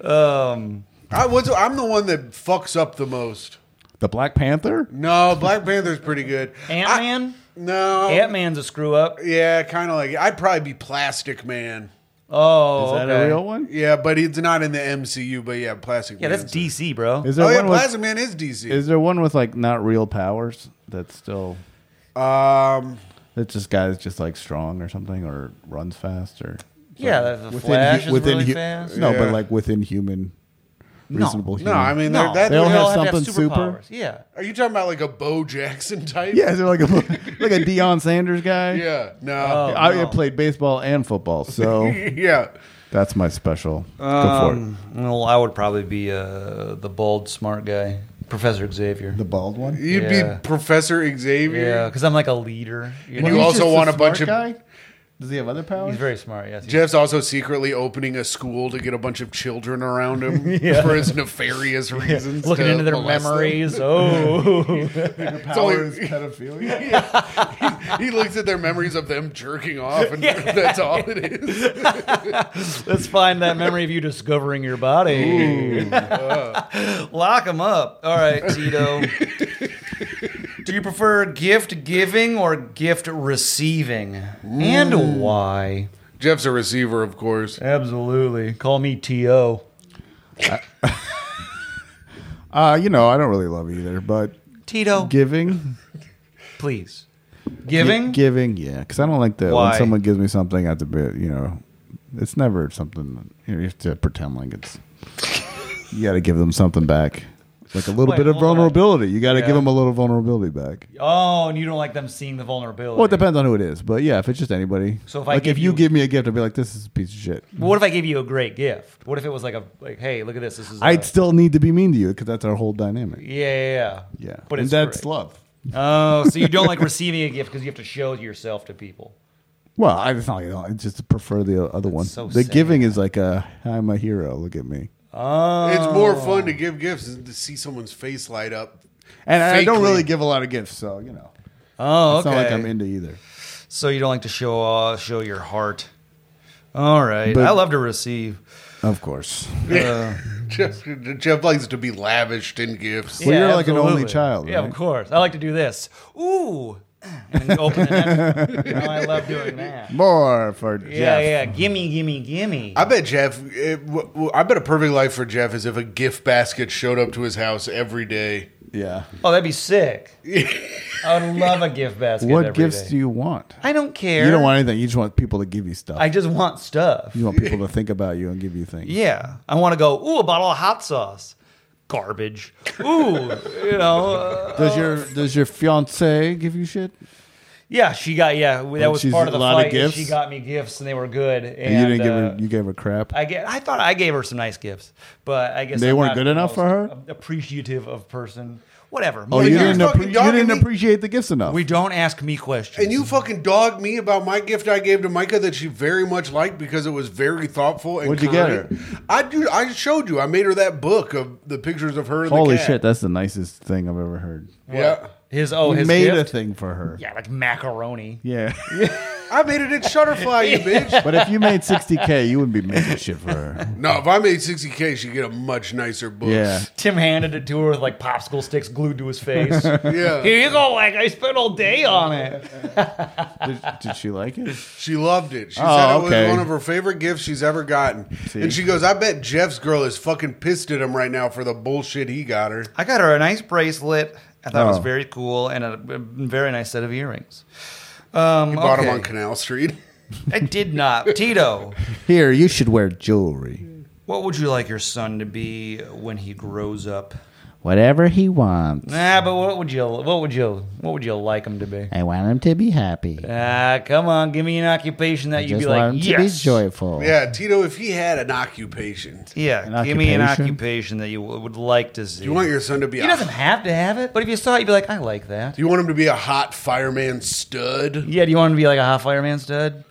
S1: Yeah. Um,
S2: I was, I'm the one that fucks up the most.
S3: The Black Panther?
S2: No, Black Panther's pretty good.
S1: Ant Man.
S2: I- No.
S1: Ant Man's a screw up.
S2: Yeah, kind of like I'd probably be Plastic Man.
S1: Oh,
S3: Is that
S1: okay.
S3: a real one?
S2: Yeah, but it's not in the MCU. But yeah, Plastic
S1: Yeah,
S2: Man.
S1: that's DC, bro.
S3: Is there
S2: Oh yeah,
S3: one with,
S2: Plastic Man is DC.
S3: is there one with like not real powers that's still
S2: um,
S3: that just guy's just like strong or something or runs fast or
S1: yeah, the, the Flash
S3: hu-
S1: is really
S3: hu-
S1: fast.
S3: No,
S2: Yeah.
S3: but like within human reasonable
S2: no,
S3: human.
S2: I mean
S1: No,
S2: they're that.
S3: They all
S1: we
S3: have
S1: to
S3: something super?
S1: superpowers. Yeah.
S2: are you talking about like a Bo Jackson type?
S3: Yeah, is there like a like a Deion Sanders guy?
S2: Yeah. No.
S1: Oh.
S3: I
S1: no.
S3: played baseball and football, so
S2: yeah.
S3: that's my special.
S2: Um,
S3: Go for it.
S1: Well, I would probably be uh, the bald, smart guy, Professor Xavier.
S3: The bald one?
S2: You'd
S1: Yeah.
S2: be Professor
S1: Yeah,
S2: Xavier.
S1: because I'm like a leader. you
S2: And
S1: know?
S2: you also want a bunch
S3: guy?
S2: of-
S3: Does he have other powers?
S1: he's very smart. Yes. he's-
S2: Jeff's also secretly opening a school to get a bunch of children around him for his nefarious reasons.
S1: Looking
S2: to
S1: into their
S2: molest them.
S1: memories. Oh,
S2: It's only-
S3: pedophilia.
S2: he looks at their memories of them jerking off, and that's all it is.
S1: let's find that memory of you discovering your body. Lock him up. All right, Tito. Do you prefer gift giving or gift receiving,
S3: Mm.
S1: and why?
S2: Jeff's a receiver, of course.
S1: Absolutely. Call me To.
S3: Uh, you know, I don't really love either, but
S1: Tito,
S3: giving,
S1: please. Giving.
S3: Gi- giving, yeah, because I don't like that
S1: Why?
S3: when someone gives me something. I have to be, you know, it's never something that- you, know, you have to pretend like it's. you got to give them something back, like a little
S1: Wait,
S3: bit of
S1: hold on.
S3: vulnerability. You got to
S1: Yeah.
S3: give 'em give them a little vulnerability back.
S1: Oh, and you don't like them seeing the vulnerability.
S3: Well, it depends on who it is, but yeah, if it's just anybody,
S1: So if I
S3: like
S1: give
S3: if you,
S1: you-
S3: give me a gift, I'd be like, "This is a piece of shit."
S1: But what if I gave you a great gift? What if it was like a like, hey, look at this. This is.
S3: I'd
S1: a-
S3: still need to be mean to you because that's our whole dynamic.
S1: Yeah, yeah, yeah.
S3: Yeah,
S1: But
S3: and
S1: it's
S3: that's
S1: great.
S3: love.
S1: Oh, so you don't like receiving a gift because you have to show yourself to people.
S3: Well, I just, I don't- I just prefer the other one.
S1: so
S3: the
S1: sad.
S3: giving is like a I'm a hero. Look at me,
S1: Oh,
S2: It's more fun to give gifts than to see someone's face light up.
S3: and I don't
S2: Fakely.
S3: really give a lot of gifts, so you know,
S1: oh,
S3: it's
S1: okay.
S3: not like I'm into either.
S1: so you don't like to show uh, show your heart. All right,
S3: But-
S1: I love to receive.
S3: Of course,
S2: Jeff, Jeff likes to be lavished in gifts.
S3: Well, you're like an only child,
S1: Yeah, of
S3: right?
S1: course. I like to do this. Ooh, and then you open it. up. oh, I love doing that.
S3: more for Jeff.
S1: Yeah, yeah. Gimme, gimme, gimme.
S2: I bet Jeff. It, w- w- I bet a perfect life for Jeff is if a gift basket showed up to his house every day.
S3: Yeah.
S1: Oh, that'd be sick. I would love a gift basket.
S3: What
S1: every
S3: gifts
S1: day.
S3: do you want?
S1: I don't care.
S3: You don't want anything. You just want people to give you stuff.
S1: I just want stuff.
S3: you want people to think about you and give you things.
S1: Yeah, I want to go. Ooh, a bottle of hot sauce. Garbage. Ooh, you know. uh,
S3: Does your does your fiance give you shit?
S1: yeah, she got. Yeah, that was
S3: she's
S1: part of the
S3: a lot of
S1: fight. is She
S3: gifts?
S1: got me gifts, and they were good. And,
S3: And, Oh, you didn't give her
S1: uh,
S3: you gave her crap.
S1: I get. I thought I gave her some nice gifts, but I guess
S3: They
S1: I'm
S3: weren't
S1: not
S3: good
S1: the
S3: enough for
S1: most
S3: her?
S1: Appreciative of person. Whatever.
S3: Oh, you
S2: you're
S3: didn't,
S2: fucking
S3: appre- you
S2: dogging
S3: didn't
S2: me.
S3: appreciate the gifts enough.
S1: we don't ask me questions.
S2: And you fucking dogged me about my gift I gave to Micah that she very much liked because it was very thoughtful and
S3: What'd you get
S2: kind. I do. I showed you. I made her that book of the pictures of her. And
S3: Holy
S2: the cat.
S3: shit, that's the nicest thing I've ever heard.
S2: Yeah,
S1: his oh
S3: We
S1: his
S3: made a
S1: gift?
S3: thing for her.
S1: yeah, like macaroni.
S3: Yeah.
S2: I made it at Shutterfly, you bitch.
S3: but if you made 60K, you wouldn't be making shit for her.
S2: No, if I made sixty k, she'd get a much nicer book.
S3: Yeah.
S1: Tim handed it to her with like popsicle sticks glued to his face.
S2: yeah.
S1: Here you go, like I spent all day on it.
S3: Did, did she like it?
S2: She loved it. She said
S3: Oh,
S2: it
S3: okay.
S2: was one of her favorite gifts she's ever gotten.
S3: See?
S2: And she goes, "I bet Jeff's girl is fucking pissed at him right now for the bullshit he got her."
S1: I got her a nice bracelet. I thought it was
S3: Oh.
S1: very cool and a a very nice set of earrings. Um, you
S2: Bought him on Canal Street.
S1: I did not. Tito,
S3: Here, you should wear jewelry.
S1: what would you like your son to be when he grows up?
S3: Whatever he wants.
S1: Nah, but what would you? What would you? What would you like him to be?
S3: I want him to be happy.
S1: Ah, come on, give me an occupation that you'd be like, yes,
S3: joyful.
S2: yeah, Tito. If he had an occupation, do
S1: yeah.
S3: An
S1: give me an
S3: occupation?
S1: occupation that you w- would like to see.
S2: you want your son to be?
S1: he
S2: a
S1: doesn't have to have it, but if you saw it, you'd be like, I like that.
S2: Do you want him to be a hot fireman stud?
S1: Yeah, do you want him to be like a hot fireman stud,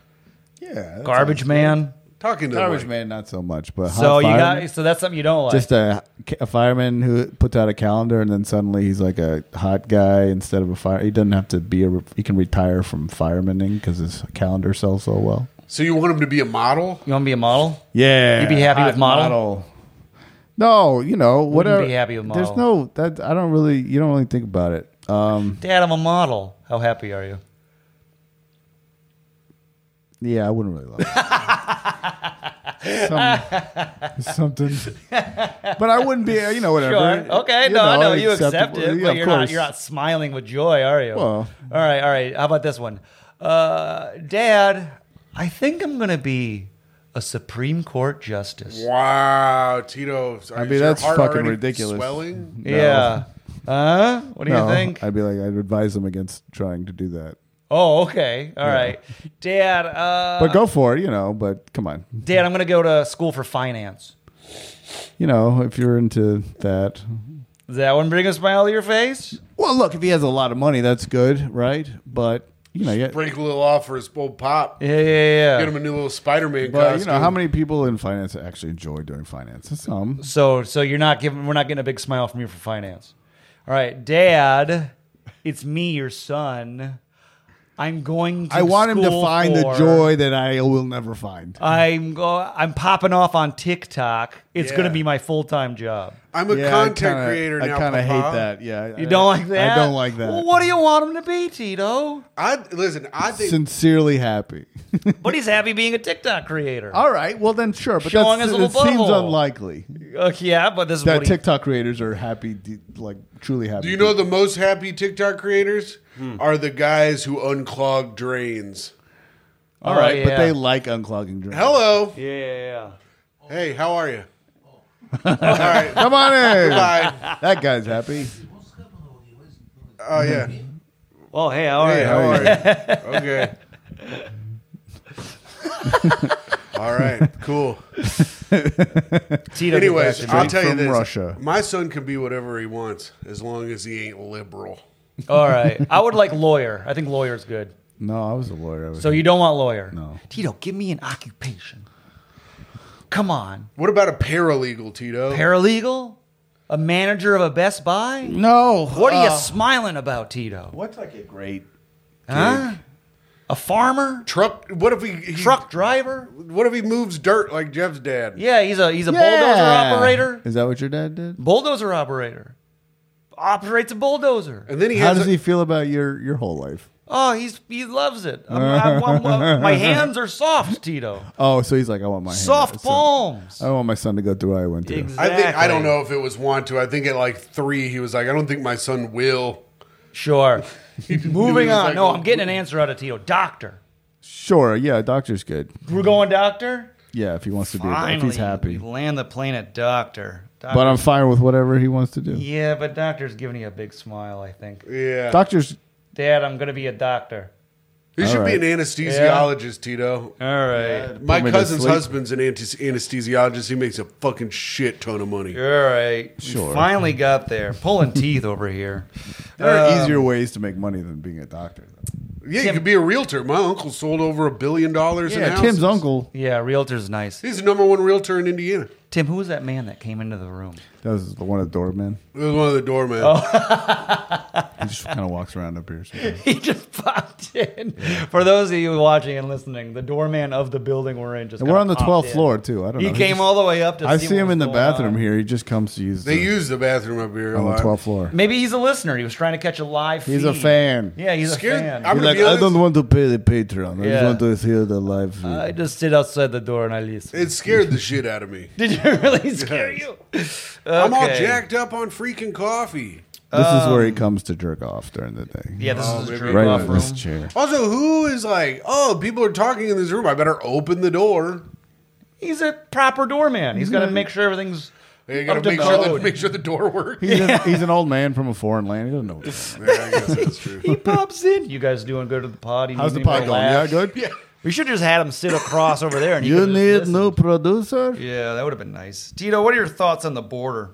S3: Yeah.
S1: garbage man?
S2: Talking to
S3: Garbage
S2: the mic.
S3: man, not so much, but
S1: So
S3: hot
S1: you
S3: fireman.
S1: got so that's something you don't like.
S3: just a, a fireman who puts out a calendar and then suddenly he's like a hot guy instead of a fire. He doesn't have to be a. He can retire from firemaning because his calendar sells so well.
S2: So you want him to be a model?
S1: you want to be a model?
S3: Yeah,
S1: You'd be happy with model?
S3: No, you know whatever.
S1: be happy with
S3: There's no that. I don't really. You don't really think about it. Um,
S1: Dad, I'm a model. How happy are you?
S3: yeah, I wouldn't really love it. Some, something, but I wouldn't be. You know, whatever.
S1: Sure. Okay.
S3: You
S1: no, I know you accept
S3: acceptable.
S1: it,
S3: Yeah,
S1: but
S3: of
S1: you're not
S3: course.
S1: you're not smiling with joy, are you?
S3: Well.
S1: all right, all right. How about this one, uh, Dad? I think I'm gonna be a Supreme Court justice.
S2: Wow, Tito.
S3: I mean, that's fucking ridiculous.
S2: Swelling?
S3: No.
S1: Yeah. Huh? What do
S3: No,
S1: you think?
S3: I'd be like, I'd advise them against trying to do that.
S1: oh, okay. All right, Dad. Uh,
S3: But go for it, you know. But come on,
S1: Dad, I'm gonna go to school for finance.
S3: you know, if you're into that.
S1: Does that one bring a smile to your face?
S3: Well, look, if he has a lot of money, that's good, right? But you know, yeah,
S2: Break a little off for his old pop.
S1: Yeah, yeah,
S2: Get
S1: yeah.
S2: him a new little Spider Man
S3: but
S2: costume.
S3: you know, how many people in finance actually enjoy doing finance? Some.
S1: So, so you're not giving. We're not getting a big smile from you for finance. All right, Dad. It's me, your son. I'm going. to
S3: I want him to
S1: school
S3: find the
S1: for-
S3: joy that I will never find.
S1: I'm go. I'm popping off on TikTok. It's
S2: Yeah.
S1: going to be my full time job.
S2: I'm a
S3: Yeah, I
S2: content
S3: kinda-
S2: creator now.
S3: I kind of hate
S2: Papa.
S3: that. Yeah,
S1: You don't like that?
S3: I don't like that.
S1: Well, what do you want him to be, Tito?
S2: I listen. I think
S3: Sincerely happy.
S1: But he's happy being a TikTok creator.
S3: All right, well then, sure, but
S1: Showing
S3: that's,
S1: his little
S3: it seems
S1: butthole.
S3: unlikely.
S1: Uh, yeah, but this is
S3: that
S1: what he,
S3: TikTok creators are happy, de- like truly happy.
S2: do you know the most happy TikTok creators
S3: Hmm.
S2: are the guys who unclog drains.
S3: All right,
S1: Oh, yeah.
S3: but they like unclogging drinks.
S2: Hello.
S1: Yeah, yeah,
S2: Hey, how are you? All right.
S3: Come on in.
S2: Bye.
S3: That guy's happy.
S2: Oh yeah.
S1: yeah. Oh, hey, how are
S2: Hey,
S1: you?
S2: how are you? Okay. All right. Cool.
S1: Tito, get
S2: Anyways,
S1: back to me.
S2: I'll tell you
S3: from
S2: this:
S3: Russia.
S2: my son can be whatever he wants as long as he ain't liberal.
S1: all right. I would like lawyer. I think lawyer's good.
S3: No, I was a lawyer. I was-
S1: So you don't want lawyer?
S3: No.
S1: Tito, give me an occupation. Come on.
S2: What about a paralegal, Tito?
S1: Paralegal? A manager of a Best Buy?
S3: no.
S1: What are you
S3: uh,
S1: smiling about, Tito?
S3: What's like a great?
S1: Huh? A farmer?
S2: Truck. What if he, he
S1: Truck driver?
S2: What if he moves dirt like Jeff's dad?
S1: Yeah, he's a he's a bulldozer
S3: Yeah.
S1: operator.
S3: Is that what your dad did?
S1: Bulldozer operator. Operates a bulldozer.
S2: And then he
S3: How
S2: has.
S3: does
S2: a-
S3: he feel about your your whole life?
S1: Oh, he's he loves it. I'm, I'm- I'm- I'm- my hands are soft, Tito.
S3: Oh, so he's like, I want my hand-
S1: Soft
S3: so-
S1: palms.
S3: I don't want my son to go through what I went through.
S2: I
S1: Exactly.
S2: think I don't know if it was want to. I think at like three, he was like, "I don't think my son will."
S1: Sure. Moving
S2: was
S1: on.
S2: like,
S1: no, I'm getting an answer out of Tito. Doctor.
S3: Sure. Yeah, doctor's good.
S1: We're going doctor?
S3: Yeah, if he wants to be, a, if he's happy.
S1: we land the plane at doctor. Doctor-
S3: But I'm fine with whatever he wants to do.
S1: yeah, but doctor's giving you a big smile, I think.
S2: Yeah.
S3: Doctor's
S1: Dad, I'm gonna be a doctor.
S2: You should be
S3: right.
S2: an anesthesiologist, Tito.
S1: All right.
S2: My
S3: me to
S2: cousin's
S3: sleep.
S2: husband's an anti- anesthesiologist. He makes a fucking shit ton of money.
S1: All right. We
S3: Sure.
S1: Finally got there. Pulling teeth over here.
S3: There are
S1: Um,
S3: easier ways to make money than being a doctor. Though.
S2: Yeah, you
S1: Tim-
S2: could be a realtor. My uncle sold over a billion dollars in
S3: Yeah,
S2: houses.
S3: Tim's uncle.
S1: Yeah, realtor's nice.
S2: He's the number one realtor in Indiana.
S1: Tim, who was that man that came into the room?
S3: That was the one of the doorman.
S2: It was one of the doormen.
S1: Oh.
S3: He just kind of walks around up here. sometimes.
S1: He just popped in. For those of you watching and listening, the doorman of the building we're in just
S3: And we're
S1: kinda
S3: on the
S1: popped
S3: 12th
S1: in.
S3: floor too. I don't
S1: He
S3: know.
S1: came
S3: just-
S1: all the way up to
S3: I
S1: see,
S3: see
S1: what
S3: him
S1: was
S3: in the
S1: going
S3: bathroom
S1: on.
S3: here. He just comes to use.
S2: They
S3: the,
S2: use the bathroom up here a
S3: on the
S2: lot.
S3: 12th floor.
S1: Maybe he's a listener. He was trying to catch a live
S3: He's a
S1: feed.
S3: fan.
S1: Yeah, he's
S2: Scared-
S1: a fan.
S2: I'm
S3: He's
S2: gonna
S3: like,
S2: be
S3: I
S2: honest-
S3: don't want to pay the Patreon. I
S1: Yeah. Uh,
S3: just want to hear the live. Feed.
S1: I just sit outside the door and I listen.
S2: It scared the shit out of me.
S1: Did you really scare
S2: Yes.
S1: you?
S2: I'm all
S1: Okay.
S2: jacked up on freaking coffee.
S3: this is where he comes to jerk off during the day.
S1: Yeah, this
S2: Oh,
S1: is a
S2: maybe
S1: jerk
S3: right
S1: off
S3: in this
S1: room.
S3: chair.
S2: Also, who is like, oh, people are talking in this room. I better open the door.
S1: He's a proper doorman. He's got to make sure everything's
S2: You
S1: up
S2: gotta
S1: to
S2: make sure,
S1: code.
S2: that, make sure the door works.
S3: He's, a, he's an old man from a foreign land. He doesn't know. What
S2: Yeah, I guess that's true.
S1: He pops in. You guys doing good at the pod? You
S3: How's
S1: need
S3: the
S1: me to
S3: pod going? Yeah,
S1: laugh?
S3: good.
S2: Yeah.
S1: We should just had him sit across over there. And he
S3: You
S1: could've just
S3: need
S1: listened.
S3: new producer.
S1: Yeah, that would have been nice. Tito, what are your thoughts on the border?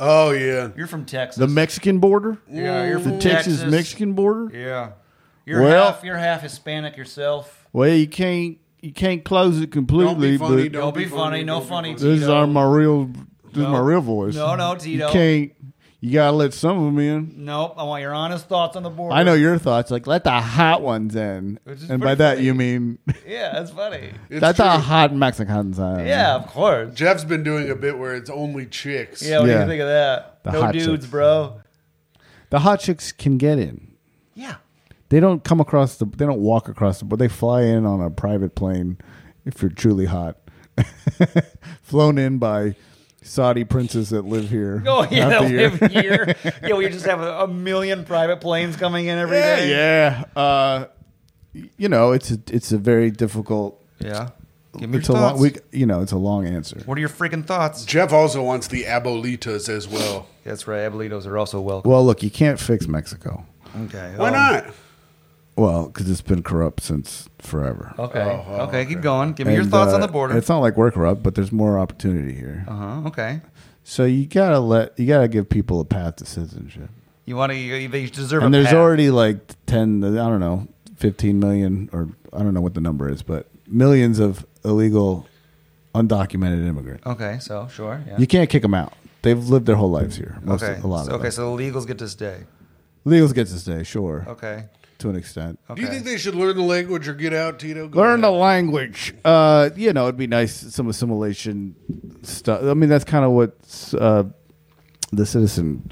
S2: Oh, yeah.
S1: You're from Texas.
S3: The Mexican border.
S1: yeah, you're
S3: The
S1: from
S3: Texas Mexican border.
S1: Yeah, you're
S3: Well-
S1: half. You're half Hispanic yourself.
S3: Well, you can't you can't close it
S2: Don't
S3: completely,
S2: be funny.
S3: but
S2: Don't, be funny.
S1: no
S2: don't be
S1: funny.
S3: this is
S1: Tito.
S3: our my real this is my
S1: No.
S3: real voice.
S1: No, no, Tito.
S3: You can't. You gotta let some of them in.
S1: Nope. I want your honest thoughts on the border.
S3: I know your thoughts. Like, let the hot ones in,
S1: Which is
S3: and by
S1: pretty
S3: that
S1: funny.
S3: you mean
S1: Yeah, that's funny.
S2: It's
S3: that's
S2: true.
S3: a hot Mexican sign.
S1: Yeah, of course.
S2: Jeff's been doing a bit where it's only chicks.
S1: Yeah, what do
S3: Yeah.
S1: you think of that?
S3: The
S1: no
S3: hot
S1: dudes,
S3: chicks.
S1: bro.
S3: the hot chicks can get in.
S1: Yeah.
S3: They don't come across the. They don't walk across the. But they fly in on a private plane if you're truly hot, flown in by Saudi princes that live here.
S1: Oh yeah,
S3: half
S1: that
S3: the year.
S1: live here. Yeah, we just have a, a million private planes coming in every
S3: yeah,
S1: day.
S3: yeah. Uh, y- you know, it's a, it's a very difficult.
S1: yeah. Give me
S3: It's
S1: your
S3: a long.
S1: thoughts.
S3: We, you know, it's a long answer.
S1: What are your freaking thoughts?
S2: Jeff also wants the abolitas as well.
S1: That's right. Abuelitos are also welcome.
S3: Well, look, you can't fix Mexico.
S1: okay.
S2: Why
S1: um,
S2: not?
S3: Well, because it's been corrupt since forever.
S1: Okay.
S2: Oh, oh,
S1: okay.
S2: okay.
S1: Keep going. Give me your
S3: And,
S1: thoughts on
S3: uh,
S1: the border.
S3: It's not like we're corrupt, but there's more opportunity here.
S1: Uh huh. Okay.
S3: So you gotta let you gotta give people a path to citizenship.
S1: You want to? They deserve.
S3: and
S1: a
S3: there's
S1: pat.
S3: already like ten, I don't know, fifteen million or I don't know what the number is, but millions of illegal, undocumented immigrants.
S1: Okay. So sure. Yeah.
S3: You can't kick them out. They've lived their whole lives here. Most
S1: okay.
S3: of, a lot
S1: so,
S3: of
S1: okay.
S3: them.
S1: So the legals get to stay.
S3: Legals get to stay, sure,
S1: Okay.
S3: to an extent.
S1: Okay.
S2: Do you think they should learn the language or get out, Tito? Go
S3: Learn the
S2: ahead.
S3: language. Uh, you know, it'd be nice some assimilation stuff. I mean, that's kind of what uh, the citizen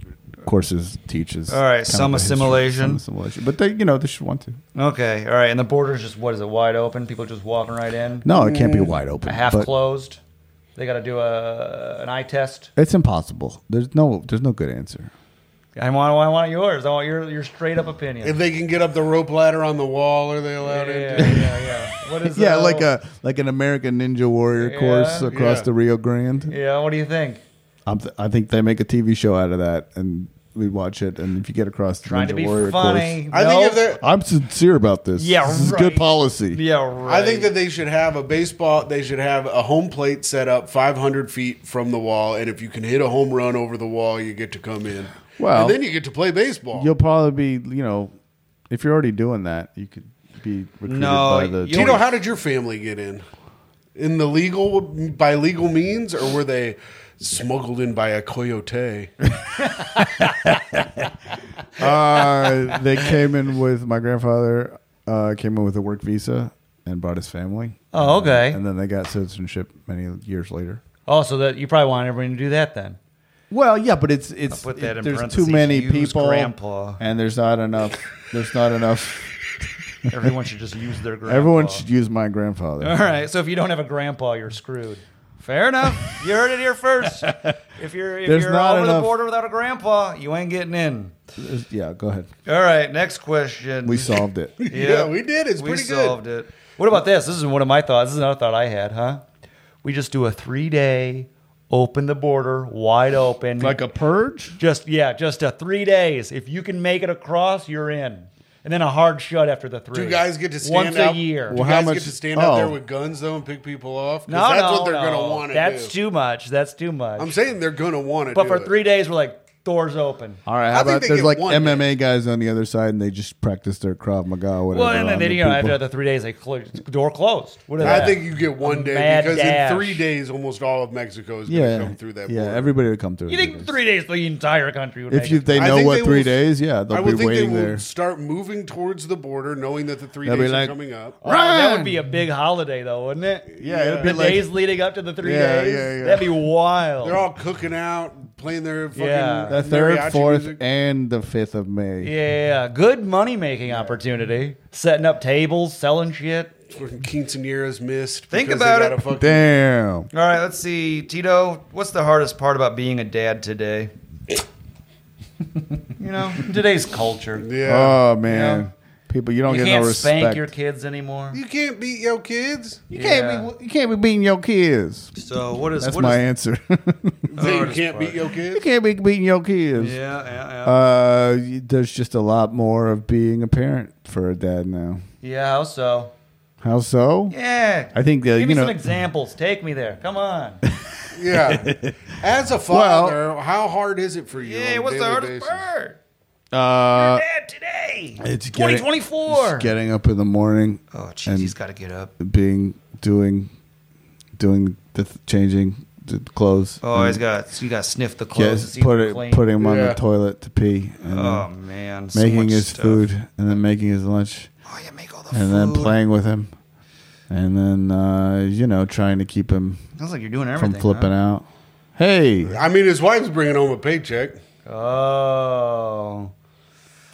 S3: courses teaches.
S1: All right,
S3: Kind
S1: some
S3: of the history,
S1: assimilation.
S3: some assimilation. But they, you know, they should want to.
S1: okay. All right. And the border's just what is it? Wide open. People just walking right in.
S3: No, it can't be wide open.
S1: half
S3: but
S1: closed. They got to do a an eye test.
S3: It's impossible. There's no, there's no good answer.
S1: I want. I want yours. I want your your straight up opinion.
S2: If they can get up the rope ladder on the wall, are they allowed
S1: yeah,
S2: in?
S1: yeah, yeah, yeah. What is
S3: Yeah,
S1: that
S3: like
S1: little-
S3: a like an American Ninja Warrior
S1: Yeah,
S3: course across
S2: yeah.
S3: the Rio Grande.
S1: Yeah. What do you think?
S3: I'm th- I think they make a TV show out of that, and we watch it. And if you get across the
S1: Trying
S3: Ninja
S1: to be
S3: Warrior
S1: funny.
S3: course,
S2: I think if
S1: No.
S2: they're.
S3: I'm sincere about this.
S1: Yeah,
S3: this is
S1: right.
S3: good policy.
S1: Yeah. Right.
S2: I think that they should have a baseball. They should have a home plate set up 500 feet from the wall, and if you can hit a home run over the wall, you get to come in.
S3: Well-
S2: and then you get to play baseball.
S3: You'll probably be, you know, if you're already doing that, you could be recruited
S1: No,
S3: by the.
S1: you
S2: Tito, how did your family get in? In the legal by legal means, or were they smuggled in by a coyote?
S3: uh, they came in with my grandfather. Uh, came in with a work visa and brought his family.
S1: Oh, okay.
S3: And then they got citizenship many years later.
S1: Oh, so that you probably want everyone to do that then.
S3: Well, yeah, but it's it's
S1: I'll put that in
S3: there's too
S1: parentheses.
S3: many
S1: Use
S3: people,
S1: grandpa.
S3: and there's not enough. There's not enough.
S1: Everyone should just use their grandpa.
S3: Everyone should use my grandfather.
S1: All right. So if you don't have a grandpa, you're screwed. Fair enough. You heard it here first. If you're if
S3: There's
S1: you're
S3: not
S1: over the
S3: enough-
S1: border without a grandpa, you ain't getting in.
S3: There's- Yeah, go ahead.
S1: All right. Next question.
S3: We solved it.
S2: Yeah, we did. It's
S1: we
S2: pretty good.
S1: solved it. What about this? This is one of my thoughts. This is another thought I had, huh? We just do a three day, open the border wide open,
S3: Like a purge.
S1: just yeah, just a three days. If you can make it across, you're in. and then a hard shut after the three.
S2: Do guys get to stand
S1: once
S2: out
S1: a year?
S2: Do
S3: Well, how
S2: guys
S3: much-
S2: get to stand out there
S3: oh.
S2: with guns though and pick people off? 'Cause
S1: no,
S2: that's
S1: no,
S2: what they're
S1: no.
S2: gonna want to do.
S1: That's too much. That's too much.
S2: I'm saying they're gonna want to.
S1: but
S2: do
S1: for
S2: it.
S1: three days, we're like doors open.
S3: All right,
S2: I
S3: how
S2: think
S3: about
S2: they
S3: there's
S2: get
S3: like
S2: one day.
S3: MMA guys on the other side, and they just practice their Krav Maga, or whatever.
S1: Well, and then
S3: on the
S1: you know after
S3: people.
S1: the three days, they clo- door closed. What is
S2: I
S1: that?
S2: think you get one day
S1: uh, mad
S2: because
S1: dash.
S2: in three days, almost all of Mexico is
S3: yeah,
S2: going to come through that.
S3: yeah,
S2: border.
S3: everybody would come through.
S1: you
S3: in
S1: think
S3: days.
S1: three days the entire country would
S3: If
S1: make
S3: you,
S1: it.
S3: they
S2: I
S3: know
S2: think
S3: what
S2: they
S3: three
S2: will-
S3: days, yeah,
S2: I
S3: they'll be
S2: would think they
S3: waiting
S2: will
S3: there.
S2: start moving towards the border, knowing that the 3
S3: They'll be
S2: days
S3: like,
S2: are coming up.
S1: Oh, that would be a big holiday, though, wouldn't it?
S3: Yeah, it'd be
S1: the
S3: like-
S1: days leading up to the three
S3: Yeah,
S1: days.
S3: yeah, yeah.
S1: That'd be wild.
S2: They're all cooking out, playing their fucking
S1: Yeah.
S3: the third,
S2: mariachi
S3: fourth,
S2: music.
S3: and the fifth of May.
S1: yeah, good money making opportunity. Setting up tables, selling shit.
S2: Fucking quinceañeras missed.
S1: Think
S2: because they
S1: about
S2: got
S1: it.
S2: a fucking-
S3: Damn.
S1: All right, let's see. Tito, what's the hardest part about being a dad today? you know, today's culture.
S2: yeah,
S3: Oh man,
S1: Yeah.
S3: people, you don't
S1: You
S3: get
S1: can't
S3: no respect.
S1: spank your kids anymore.
S2: you can't beat your kids.
S3: You can't be, you can't be beating your kids.
S1: So what is
S3: That's
S1: what
S3: my
S1: is-
S3: answer.
S2: You say you
S1: hardest
S2: can't
S1: part.
S2: beat your kids.
S3: you can't be beating your kids.
S1: yeah, yeah, yeah.
S3: Uh, y- there's just a lot more of being a parent for a dad now.
S1: yeah, how so?
S3: How so?
S1: Yeah.
S3: I think that
S1: Give
S3: you
S1: me
S3: know.
S1: some examples. Take me there. Come on.
S2: Yeah, as a father, how hard is it for you? on
S1: yeah,
S2: a
S1: what's the
S2: daily
S1: hardest
S2: basis?
S1: part?
S3: uh,
S1: Dad today.
S3: it's getting-
S1: 2024.
S3: it's getting up in the morning,
S1: oh, jeez, he's got to get up.
S3: being doing, doing the th- changing the clothes.
S1: Oh, he's got you got to sniff the clothes. to
S3: Yes,
S1: see
S3: put
S1: them
S3: it,
S1: clean.
S3: putting him on
S2: Yeah.
S3: the toilet to pee, and
S1: Oh
S3: then
S1: man, so
S3: making
S1: much
S3: his
S1: stuff.
S3: food, and then making his lunch,
S1: Oh yeah, make all the
S3: and
S1: food.
S3: then playing with him, and then uh, you know trying to keep him
S1: Sounds like you're doing everything.
S3: from flipping
S1: huh?
S3: out. Hey,
S2: I mean, his wife's bringing home a paycheck.
S1: Oh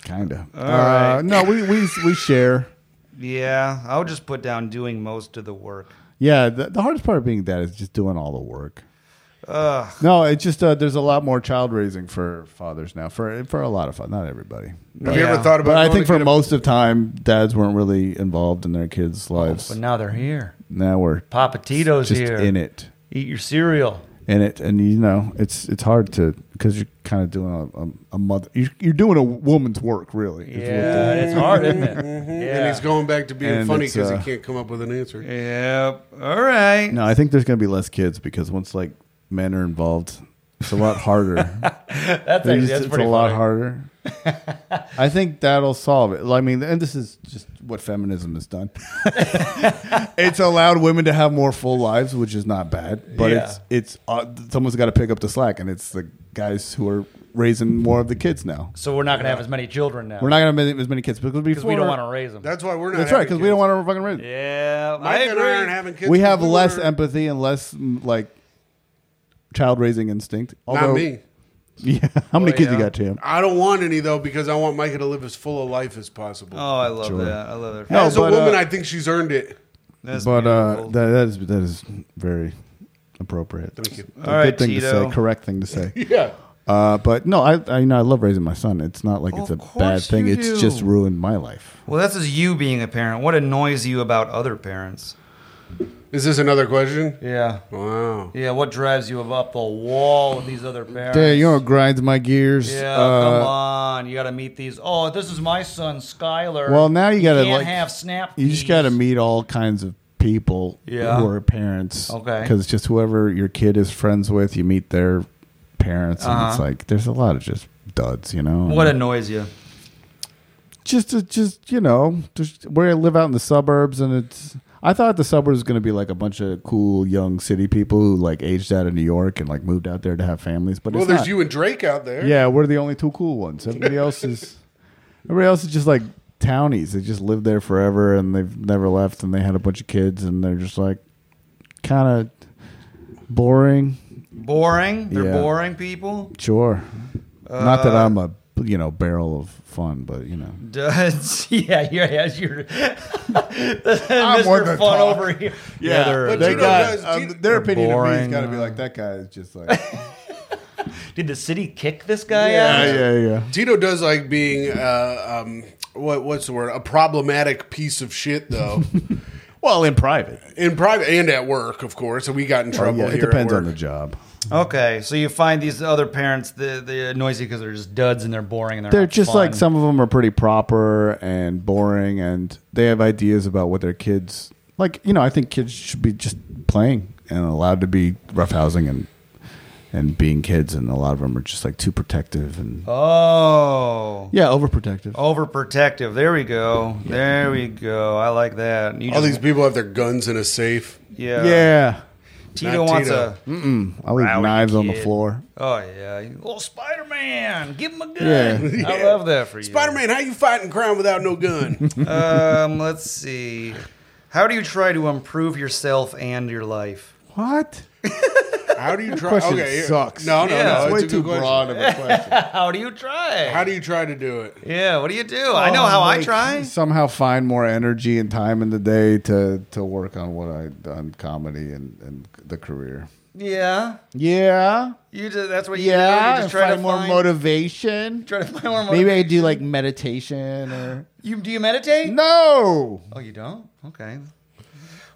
S3: Kinda.
S1: right.
S3: Uh, no, we, we we share.
S1: yeah, I would just put down doing most of the work.
S3: Yeah, the, the hardest part of being dad is just doing all the work.
S1: Ugh.
S3: No, it's just uh, there's a lot more child raising for fathers now. For for a lot of fathers, not everybody.
S2: Have you
S1: Yeah.
S2: ever thought about?
S3: But I
S2: going
S3: think
S2: to
S3: for
S2: get a-
S3: most of time, dads weren't really involved in their kids' lives.
S1: Oh, But now they're here.
S3: now we're
S1: Papa Tito's
S3: just
S1: here.
S3: in it,
S1: Eat your cereal.
S3: in it, and you know it's it's hard to because you're kind of doing a, a, a mother. You're, you're doing a woman's work, really. is what
S1: Yeah,
S3: the-
S1: and it's hard, isn't it? Yeah.
S2: And he's going back to being
S3: And
S2: funny
S3: it's,
S2: because
S3: uh,
S2: he can't come up with an answer.
S1: Yep. All right.
S3: No, I think there's going to be less kids because once like men are involved, it's a lot harder.
S1: That's,
S3: They
S1: actually,
S3: just-
S1: that's
S3: it's a
S1: pretty
S3: lot
S1: funny.
S3: harder. I think that'll solve it. I mean, and this is just what feminism has done. it's allowed women to have more full lives, which is not bad. But
S1: Yeah.
S3: it's it's uh, someone's got to pick up the slack, and it's the guys who are raising more of the kids now.
S1: So we're not going to have as many children now
S3: We're not going to have as many kids because
S1: because we don't want to raise them.
S2: That's why we're not.
S3: That's right,
S2: having
S3: because we don't
S2: kids.
S3: want to fucking raise. them.
S1: yeah, I
S2: Mike and
S1: agree.
S2: I aren't having kids.
S3: we have
S2: because
S3: less
S2: we're-
S3: empathy and less mm, like child raising instinct.
S2: Not me.
S3: Yeah. How many
S1: Well,
S3: kids
S1: Oh, yeah.
S3: you got, Tim?
S2: I don't want any though because I want Micah to live as full a life as possible.
S1: Oh, I love
S3: Sure.
S1: that. I love that.
S3: No,
S2: As
S3: but,
S2: a woman,
S3: uh,
S2: I think she's earned it.
S1: That's
S3: but uh,
S1: beautiful.
S3: that, that is that is very appropriate.
S2: Thank you.
S3: A
S1: All right,
S3: good thing to
S1: Tito.
S3: say, correct thing to say.
S2: Yeah.
S3: Uh, but no, I, I you know I love raising my son. It's not like it's a
S1: Of
S3: bad
S1: course
S3: thing.
S1: you
S3: It's
S1: do.
S3: just ruined my life.
S1: well, that's just you being a parent. What annoys you about other parents?
S2: Is this another question?
S1: Yeah.
S2: Wow.
S1: Yeah, what drives you up the wall with these other parents?
S3: Dad, you know it grinds my gears.
S1: Yeah,
S3: Uh,
S1: come on. You got to meet these. Oh, this is my son, Skylar.
S3: Well, now you gotta,
S1: can't
S3: like-
S1: have snap.
S3: You just
S1: peas.
S3: got to meet all kinds of people
S1: Yeah.
S3: who are parents.
S1: Okay.
S3: Because just whoever your kid is friends with, you meet their parents, and it's
S1: Uh-huh.
S3: like there's a lot of just duds, you know.
S1: What annoys you?
S3: just a, just you know just where I live out in the suburbs and it's I thought the suburbs was going to be like a bunch of cool young city people who like aged out of New York and like moved out there to have families but
S2: Well,
S3: it's
S2: there's
S3: not.
S2: you and Drake out there.
S3: yeah we're the only two cool ones everybody else is everybody else is just like townies they just lived there forever and they've never left and they had a bunch of kids and they're just like kind of boring
S1: Boring. They're
S3: Yeah.
S1: boring people.
S3: sure not that
S1: Uh,
S3: I'm a you know barrel of fun but you know
S1: Does yeah, you're as you're
S3: I'm one
S1: Mr.
S3: to
S1: Fun
S3: talk.
S1: over here. they're-
S2: But
S3: they
S2: you know,
S3: got-
S2: guys,
S3: um,
S2: you-
S3: their opinion of me
S1: boring.
S3: has got to be like that guy is just like yeah,
S1: Did the city kick this guy out?
S3: yeah, yeah.
S2: Tito does like being uh, um, what what's the word? A problematic piece of shit though.
S3: Well, in private,
S2: in private and at work, of course. And we got in trouble
S3: Oh, yeah,
S2: here.
S3: it depends
S2: at
S3: on
S2: work.
S3: the job.
S1: Okay, so you find these other parents, the the noisy because they're just duds and they're boring and they're
S3: They're
S1: not
S3: just
S1: fun.
S3: like some of them are pretty proper and boring, and they have ideas about what their kids like. You know, I think kids should be just playing and allowed to be roughhousing and and being kids, and a lot of them are just like too protective and
S1: Oh.
S3: yeah, overprotective.
S1: Overprotective. There we go. There we go. I like that. You
S2: All
S1: just-
S2: these people have their guns in a safe.
S1: yeah.
S3: yeah,
S1: Tito
S2: Not
S1: wants
S2: Tito.
S1: a.
S3: I leave
S1: Rowdy
S3: knives on the
S1: kid.
S3: floor.
S1: Oh yeah, You little Spider Man. Give him a
S3: Yeah.
S1: gun. I love that for you.
S2: Spider Man, how you fighting crime without no gun?
S1: Um, let's see. How do you try to improve yourself and your life?
S3: What?
S2: How do you try?
S3: question
S2: here-
S3: sucks.
S2: No, no,
S1: Yeah,
S2: no.
S1: it's
S2: It's
S3: Way
S2: a
S3: too
S2: good question.
S3: broad of a question.
S1: How do you try?
S2: How do you try to do it?
S1: yeah. What do you do? I know how I
S3: Oh, Um, Like,
S1: try.
S3: Somehow find more energy and time in the day to to work on what I on comedy and and the career.
S1: Yeah.
S3: Yeah.
S1: You just, that's what you do. You
S3: Yeah,
S1: just
S3: and
S1: try
S3: find
S1: to
S3: more
S1: find,
S3: motivation.
S1: Try to find more motivation.
S3: Maybe I do like meditation or
S1: You do you meditate?
S3: no.
S1: Oh, you don't? Okay.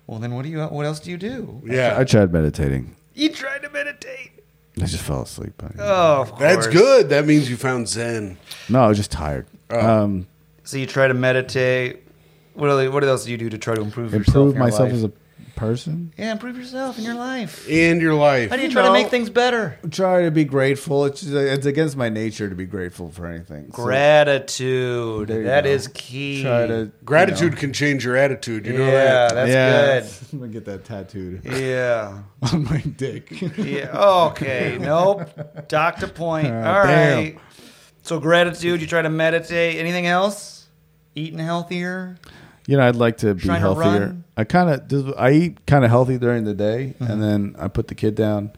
S1: Well, then what do you? What else do you do?
S2: Yeah,
S3: tried meditating.
S1: You try to meditate.
S3: I just fell asleep. I-
S1: Oh, of course.
S2: that's good. That means you found Zen.
S3: No, I was just tired. Um,
S1: So you try to meditate. What else, what else do you do to try to improve, yourself?
S3: improve
S1: in your
S3: myself
S1: life?
S3: as a person.
S1: yeah, improve yourself in your life.
S2: And your life.
S1: How do you
S3: You
S1: try to
S3: know-
S1: make things better?
S3: Try to be grateful. It's just, it's against my nature to be grateful for anything. So
S1: Gratitude.
S3: There you
S1: That
S3: go.
S1: is key.
S3: try to
S2: Gratitude can change your attitude. You
S1: Yeah,
S2: know that.
S1: that's
S3: good. I'm gonna get that tattooed
S1: good. Yeah.
S3: on my dick.
S1: Yeah. Okay. Nope. Doctor point. All
S3: Ah, damn.
S1: right. So gratitude. You try to meditate. Anything else? Eating healthier.
S3: You know, I'd like to be
S1: Trying to
S3: healthier.
S1: run.
S3: I kind of I eat kind of healthy during the day, and then I put the kid down.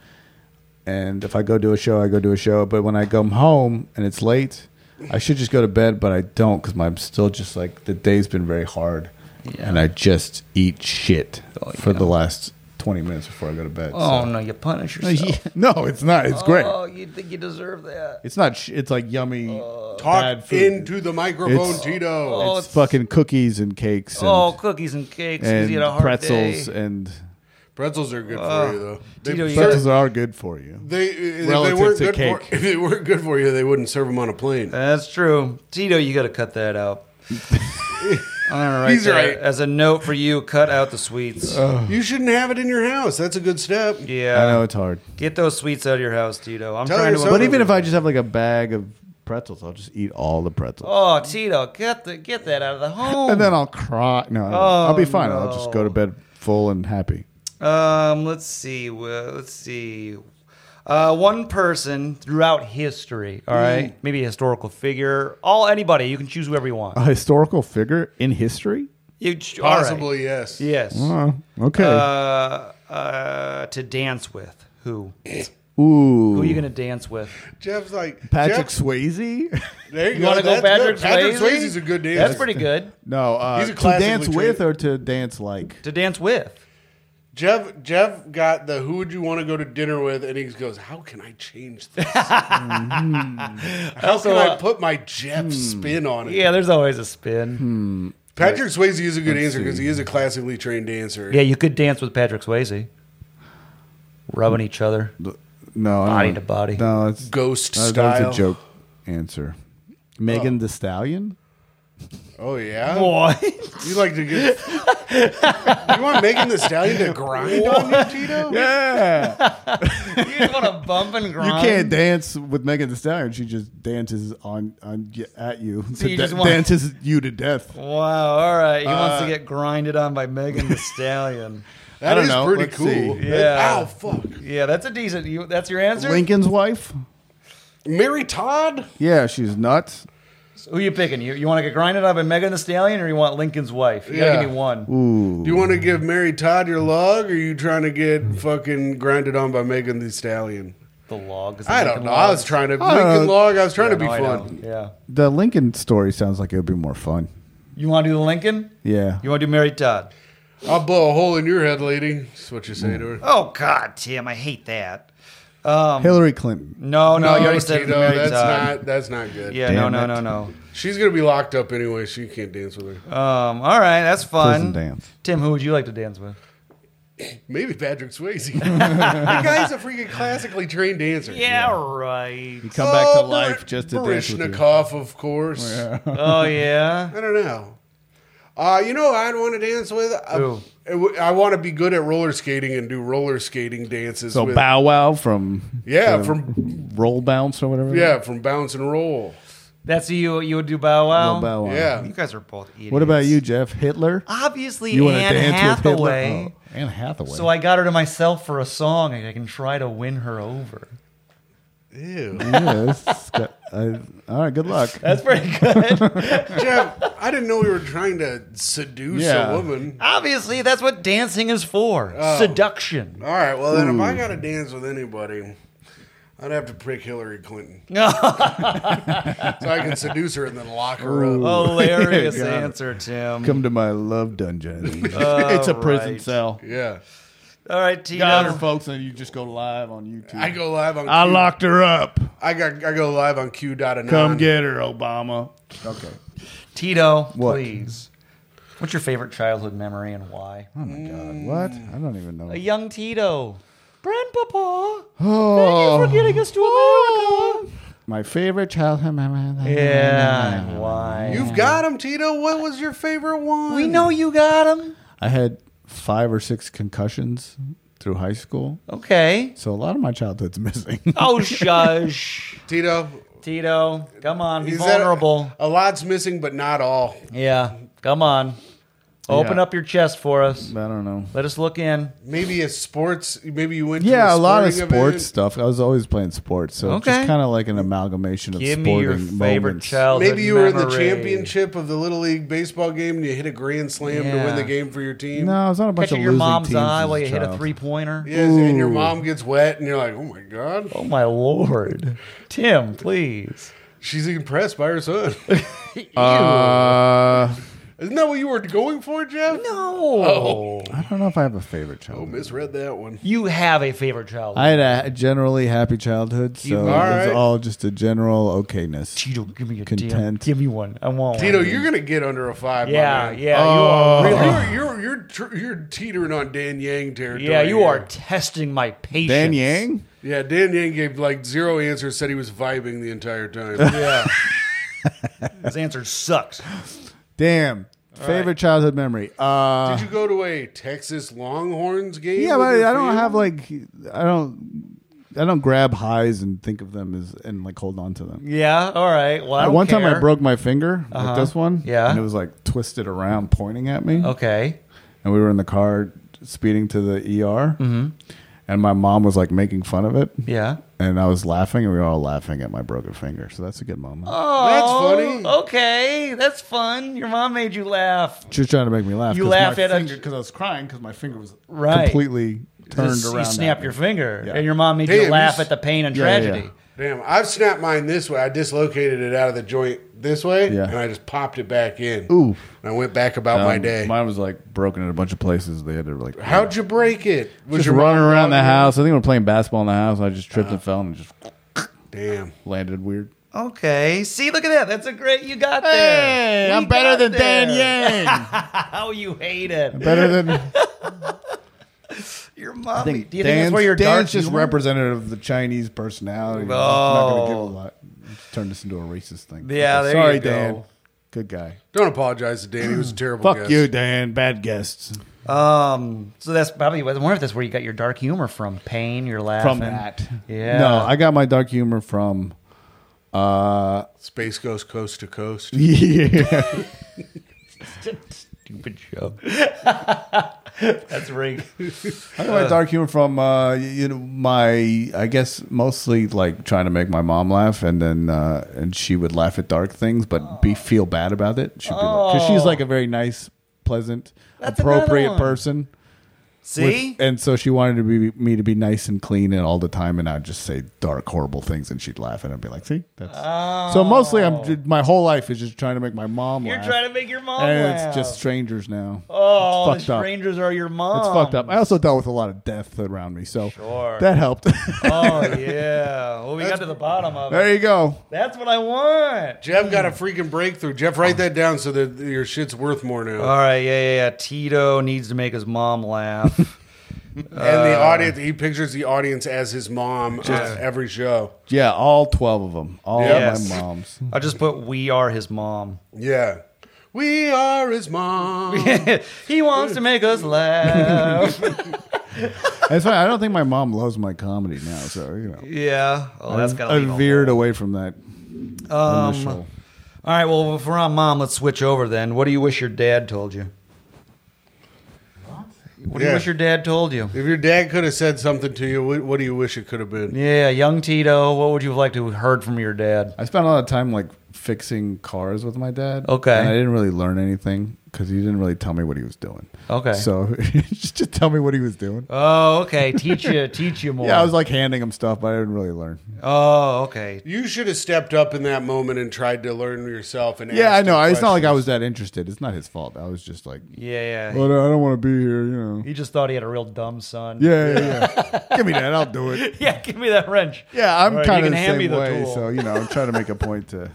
S3: And if I go do a show, I go do a show. But when I come home and it's late, I should just go to bed, but I don't because I'm still just like the day's been very hard, and I just eat shit
S1: Oh,
S3: for
S1: yeah.
S3: the last twenty minutes before I go to bed.
S1: Oh
S3: so.
S1: no, you punish
S3: No,
S1: yourself.
S3: yeah. no, it's not. It's great.
S1: Oh, you think you deserve that?
S3: It's not. Sh- it's like yummy. bad
S2: Talk
S3: food.
S2: into the microphone,
S3: It's-
S2: Tito.
S1: Oh,
S3: it's, fucking cookies and cakes. And,
S1: oh, cookies and cakes. 'cause
S3: and
S1: you had a hard
S3: pretzels
S1: day.
S3: and.
S2: Pretzels are good
S3: Oh,
S2: for you, though. They,
S1: Tito, you
S2: serve-
S1: gotta-
S3: Pretzels are good for you.
S2: they, if they
S3: Relative
S2: weren't
S3: to
S2: good
S3: cake.
S2: for if they weren't good for you, they wouldn't serve them on a plane.
S1: That's true, Tito. You got to cut that out. I'm gonna write
S2: He's
S1: that
S2: right.
S1: as a note for you. Cut out the sweets.
S2: you shouldn't have it in your house. That's a good step.
S1: yeah,
S3: Uh, I know it's hard.
S1: get those sweets out of your house, Tito. I'm
S2: Tell
S1: trying to.
S2: yourself-
S3: But even if I just have like a bag of pretzels, I'll just eat all the pretzels.
S1: Oh, Tito, get the get that out of the home.
S3: And then I'll cry. No, I won't. I'll be fine. I'll
S1: Oh. no.
S3: just go to bed full and happy.
S1: Um, let's see. Well, let's see. Uh, one person throughout history. All
S3: Mm.
S1: right, maybe a historical figure. All anybody. You can choose whoever you want.
S3: A historical figure in history?
S1: You ch- all right.
S2: Possibly, yes.
S1: Yes.
S3: Oh, okay.
S1: Uh, uh, to dance with who?
S3: Ooh.
S1: Who are you gonna dance with?
S2: Jeff's like
S3: Patrick
S2: Jeff,
S3: Swayze?
S2: there you,
S1: You
S2: go.
S1: want to go
S2: That's
S1: Patrick
S2: good. Patrick
S1: Swayze?
S2: Swayze's a good dancer.
S1: That's pretty good.
S3: no, uh,
S2: He's a
S3: to
S2: classically
S3: dance with
S2: trained-
S3: or to dance like?
S1: To dance with.
S2: Jeff Jeff got the who would you want to go to dinner with, and he goes, "How can I change this? How
S1: Also,
S2: can I
S1: uh,
S2: put my Jeff spin on it?"
S1: Yeah, there's always a spin.
S3: Hmm.
S2: Patrick Swayze is a good dancer because he is a classically trained dancer.
S1: Yeah, you could dance with Patrick Swayze. Rubbing each other.
S3: No, I don't
S1: Body
S3: want-
S1: to body.
S3: No, it's
S2: Ghost
S3: no, that
S2: style.
S3: was a joke answer. Megan the Stallion?
S2: Oh yeah,
S1: What?
S2: you like to get. you want Megan the Stallion to grind on you, Tito?
S3: Yeah.
S1: you just want to bump and grind.
S3: You can't dance with Megan Thee Stallion. She just dances on, on at you.
S1: you
S3: Da-
S1: just want-
S3: dances you to death.
S1: Wow, all right. He wants
S2: Uh,
S1: to get grinded on by Megan the Stallion.
S3: I
S2: That
S3: don't
S2: is
S3: know.
S2: pretty
S3: Let's
S2: cool.
S3: see.
S1: Yeah.
S2: Ow, fuck.
S1: Yeah, that's a decent. You, that's your answer.
S3: Lincoln's wife?
S2: Mary Todd?
S3: Yeah, she's nuts.
S1: Who you picking? You, you want to get grinded on by Megan the Stallion, or you want Lincoln's wife? You gotta
S2: Yeah.
S1: give me one.
S3: Ooh.
S2: Do you want to give Mary Todd your log, or are you trying to get fucking grinded on by Megan the Stallion?
S1: The log. Is the
S2: I
S1: Lincoln
S2: don't know.
S1: Log.
S2: I was trying to
S3: I don't
S2: Lincoln
S3: know.
S2: log. I was trying to be
S1: Uh, Yeah, no, I
S2: fun.
S1: know. Yeah.
S3: The Lincoln story sounds like it would be more fun.
S1: You want to do the Lincoln?
S3: Yeah.
S1: You want to do Mary Todd?
S2: I'll blow a hole in your head, lady. That's what you say to her.
S1: Oh God, Tim, I hate that. Um,
S3: Hillary Clinton.
S1: no, no, you already said
S2: Tito,
S1: Mary
S2: that's
S1: Todd.
S2: not that's not good.
S1: yeah,
S3: Damn
S1: no, no,
S3: it.
S1: no,
S2: She's gonna be locked up anyway.
S1: Uh.
S2: She can't dance with her.
S1: no. Um, all right, that's fun.
S3: Prison dance.
S1: Tim, who would you like to dance with?
S2: Maybe Patrick Swayze. the guy's a freaking classically trained dancer.
S1: Yeah, right.
S4: You come back to
S2: Oh,
S4: life
S2: Bar-
S4: just to dance with you.
S2: Baryshnikov, of course.
S1: Oh yeah.
S2: I don't know. Uh, you know, who I'd want to dance with. Uh,
S1: Who?
S2: I, want to be good at roller skating and do roller skating dances.
S4: So
S2: with,
S4: Bow Wow from
S2: yeah,
S4: the
S2: from
S4: Roll Bounce or whatever.
S2: yeah, from bounce and roll.
S1: That's you. You would do bow wow.
S4: Little Bow Wow.
S2: Yeah.
S1: You guys are both idiots.
S3: What about you, Jeff? Hitler?
S1: Obviously,
S3: You wanna
S1: Anne Hathaway.
S3: Oh, Anne Hathaway.
S1: So I got her to myself for a song, and I can try to win her over.
S2: Ew,
S3: yeah, that's- I- all right, good luck.
S1: That's pretty good.
S2: Jeff, I didn't know we were trying to seduce
S4: Yeah.
S2: a woman.
S1: Obviously, that's what dancing is for
S3: Oh.
S1: seduction.
S2: All right, well then, if I got to dance with anybody, I'd have to prick Hillary Clinton so I can seduce her and then lock her up.
S1: Hilarious
S3: Got it.
S1: answer, Tim.
S3: Come to my love dungeon.
S4: it's a prison
S1: right.
S4: cell.
S2: Yeah,
S1: All right,
S4: Got her,
S1: Tito.
S4: folks, and you just go live on YouTube.
S2: I go live on.
S4: I
S2: Q-
S4: locked her up.
S2: I got. I go live on Q. Dot
S4: Come get her, Obama.
S3: okay.
S1: Tito,
S3: What?
S1: please. What's your favorite childhood memory and why?
S3: Oh my God. What? I don't even know.
S1: A young Tito. Grandpapa,
S3: Oh,
S1: thank you for getting us to America.
S3: my favorite childhood memory.
S1: Yeah, and why?
S4: Mm.
S2: You've got him, Tito. What was your favorite one?
S1: we know you got him.
S3: I had five or six concussions through high school,
S1: Okay.
S3: so a lot of my childhood's missing.
S1: Oh, shush.
S2: Tito.
S1: Tito, come on, be
S2: is that-
S1: vulnerable.
S2: A, lot's missing, but not all.
S1: Yeah, come on. Open
S3: Yeah.
S1: up your chest for us.
S3: I don't know.
S1: Let us look in.
S2: Maybe a sports. Maybe you went. to
S3: Yeah,
S2: a,
S3: a lot of
S2: sporting
S3: sports
S2: event.
S3: stuff. I was always playing sports, so it's
S1: Okay.
S3: just kind of like an amalgamation of
S1: Give me
S3: sporting
S1: your favorite
S3: moments.
S1: childhood.
S2: Maybe you were in the
S1: memory.
S2: championship of the little league baseball game and you hit a grand slam to
S1: Yeah.
S2: win the game for your team.
S3: No, I was on a bunch
S1: Catching
S3: of
S1: your
S3: losing
S1: mom's
S3: teams
S1: eye
S3: as
S1: while you hit a
S3: child.
S1: three pointer.
S2: Yes, and your mom gets wet, and you're like, "Oh my god,
S1: Oh my lord, Tim, please.
S2: she's impressed by her son."
S3: Uh,
S2: Isn't that what you were going for, Jeff?
S1: No,
S3: I don't know if I have a favorite
S2: Oh,
S3: childhood.
S2: misread that one.
S1: you have a favorite childhood.
S3: I had a generally happy childhood, so
S1: All
S2: right.
S3: it's all just a general okayness.
S1: Tito, give me a damn.
S3: Content.
S1: Give me one. I want
S2: Tito,
S1: one.
S2: you're gonna get under a five. my
S1: Yeah,
S2: man.
S1: yeah, you are.
S3: Uh,
S1: Really,
S2: You're you're you're, tr- you're teetering on Dan Yang territory.
S1: yeah, you
S2: here.
S1: are testing my patience.
S3: Dan Yang?
S2: Yeah, Dan Yang gave like zero answers, said he was vibing the entire time.
S1: Yeah. His answer sucks.
S3: Damn. favorite childhood memory. Uh,
S2: Did you go to a Texas Longhorns game?
S3: yeah,
S2: with
S3: but
S2: your
S3: I
S2: family?
S3: don't have like I don't I don't grab highs and think of them as and like hold on to them.
S1: Yeah, all right. Well, I don't
S3: One time I
S1: care.
S3: broke my finger like this one.
S1: Yeah.
S3: and it was like twisted around, pointing at me.
S1: Okay.
S3: And we were in the car speeding to the ER, and my mom was like making fun of it.
S1: Yeah.
S3: And I was laughing, and we were all laughing at my broken finger. So that's a good moment.
S1: Oh,
S2: funny.
S1: Okay, that's fun. Your mom made you laugh.
S3: She was trying to make me laugh.
S1: You
S3: 'cause
S1: laughed
S3: my
S1: at a-
S3: finger because I was crying because my finger was
S1: Right.
S3: completely turned
S1: you
S3: around. at
S1: snap
S3: me.
S1: your finger,
S3: Yeah.
S1: and your mom made
S2: Damn,
S1: you
S2: you
S1: laugh
S2: s-
S1: at the pain and
S3: Yeah, yeah,
S1: tragedy.
S2: Damn, I've snapped mine this way. I dislocated it out of the joint this way,
S3: Yeah.
S2: and I just popped it back in.
S3: Ooh.
S2: And I went back about my
S3: Um,
S2: day.
S3: Mine was like broken in a bunch of places. They had to like
S2: How'd you break it? Was
S3: just
S2: your
S3: running
S2: mom
S3: around the
S2: dogging you? Uh-huh.
S3: house. I think we were playing basketball in the house. I just tripped and fell and just
S2: Damn.
S3: landed weird.
S1: Okay, see, look at that. That's a great. You got there. We got there.
S3: Yang.
S1: How you hate it?
S3: better than I
S1: Your mom.
S3: think.
S1: Do you think that's
S3: Dan's-
S1: where your dark
S3: Dan's just
S1: humor-
S3: representative of the Chinese personality. I'm not gonna give a
S1: Oh.
S3: lot. Turn this into a racist thing.
S1: Yeah, there
S3: sorry,
S1: you go.
S3: Dan. Good guy.
S2: Don't apologize to Dan. He was a terrible
S3: Fuck
S2: guest.
S3: you, Dan. Bad guests.
S1: Um. So that's probably. I wonder if that's where you got your dark humor from. Pain. You're laughing
S3: From that.
S1: Yeah.
S3: No, I got my dark humor from. Uh,
S2: Space Ghost Coast to Coast.
S3: yeah.
S1: Stupid show. that's rigged.
S3: I got my dark humor from uh, you know my I guess mostly like trying to make my mom laugh and then uh, and she would laugh at dark things but be feel bad about it. She'd be like, because she's like a very nice, pleasant,
S1: That's another
S3: appropriate
S1: one.
S3: person. with-
S1: See.
S3: and so she wanted to be me to be nice and clean and all the time, and I'd just say dark, horrible things, and she'd laugh, and I'd be like, "See, that's." So mostly, I'm j- my whole life is just trying to make my mom
S1: Oh. You're
S3: laugh,
S1: trying to make your mom
S3: and
S1: laugh.
S3: it's just strangers now.
S1: Oh, the
S3: It's fucked up.
S1: strangers are your mom.
S3: It's fucked up. I also dealt with a lot of death around me, so
S1: Sure.
S3: that helped.
S1: oh yeah. Well, we got to the bottom of it.
S3: there you go.
S1: That's what I want.
S2: Jeff got a freaking breakthrough. Jeff, write
S3: Oh.
S2: that down so
S1: Oh,
S2: that your shit's worth more now.
S1: All right. Yeah, yeah, yeah. Tito needs to make his mom laugh.
S2: and
S3: Uh.
S2: the audience, he pictures the audience as his mom at every show.
S3: Yeah, all twelve of them. All
S1: Yes.
S3: my moms.
S1: I just put "We are his mom."
S2: Yeah. We are his mom.
S1: he wants to make us laugh.
S3: That's why I don't think my mom loves my comedy now. So you know,
S1: yeah, oh, that's gotta
S3: I
S1: leave a Um,
S3: veered
S1: hole.
S3: away from that initial.
S1: All right, well, if we're on mom, let's switch over then. What do you wish your dad told you? What do you
S2: Yeah.
S1: wish your dad told you?
S2: If your dad could have said something to you, what, what do you wish it could have been?
S1: Yeah, young Tito, what would you have liked to have heard from your dad?
S3: I spent a lot of time like fixing cars with my dad.
S1: Okay.
S3: and I didn't really learn anything because he didn't really tell me what he was doing.
S1: Okay.
S3: so just just tell me what he was doing.
S1: Oh, okay. Teach you, teach you more.
S3: yeah, I was like handing him stuff, but I didn't really learn.
S1: oh, okay.
S2: You should have stepped up in that moment and tried to learn yourself. And
S3: Yeah,
S2: asked
S3: I know.
S2: him
S3: It's not like I
S2: questions.
S3: was that interested. It's not his fault. I was just like,
S1: Yeah, yeah.
S3: well, uh, I don't want to be here. You know.
S1: He just thought he had a real dumb son.
S3: Yeah, yeah, yeah. Give me that. I'll do it.
S1: yeah. Give me that wrench.
S3: Yeah, I'm
S1: All right, you
S3: kind
S1: can
S3: of the
S1: hand
S3: same
S1: me the
S3: way.
S1: tool.
S3: So you know, I'm trying to make a point to.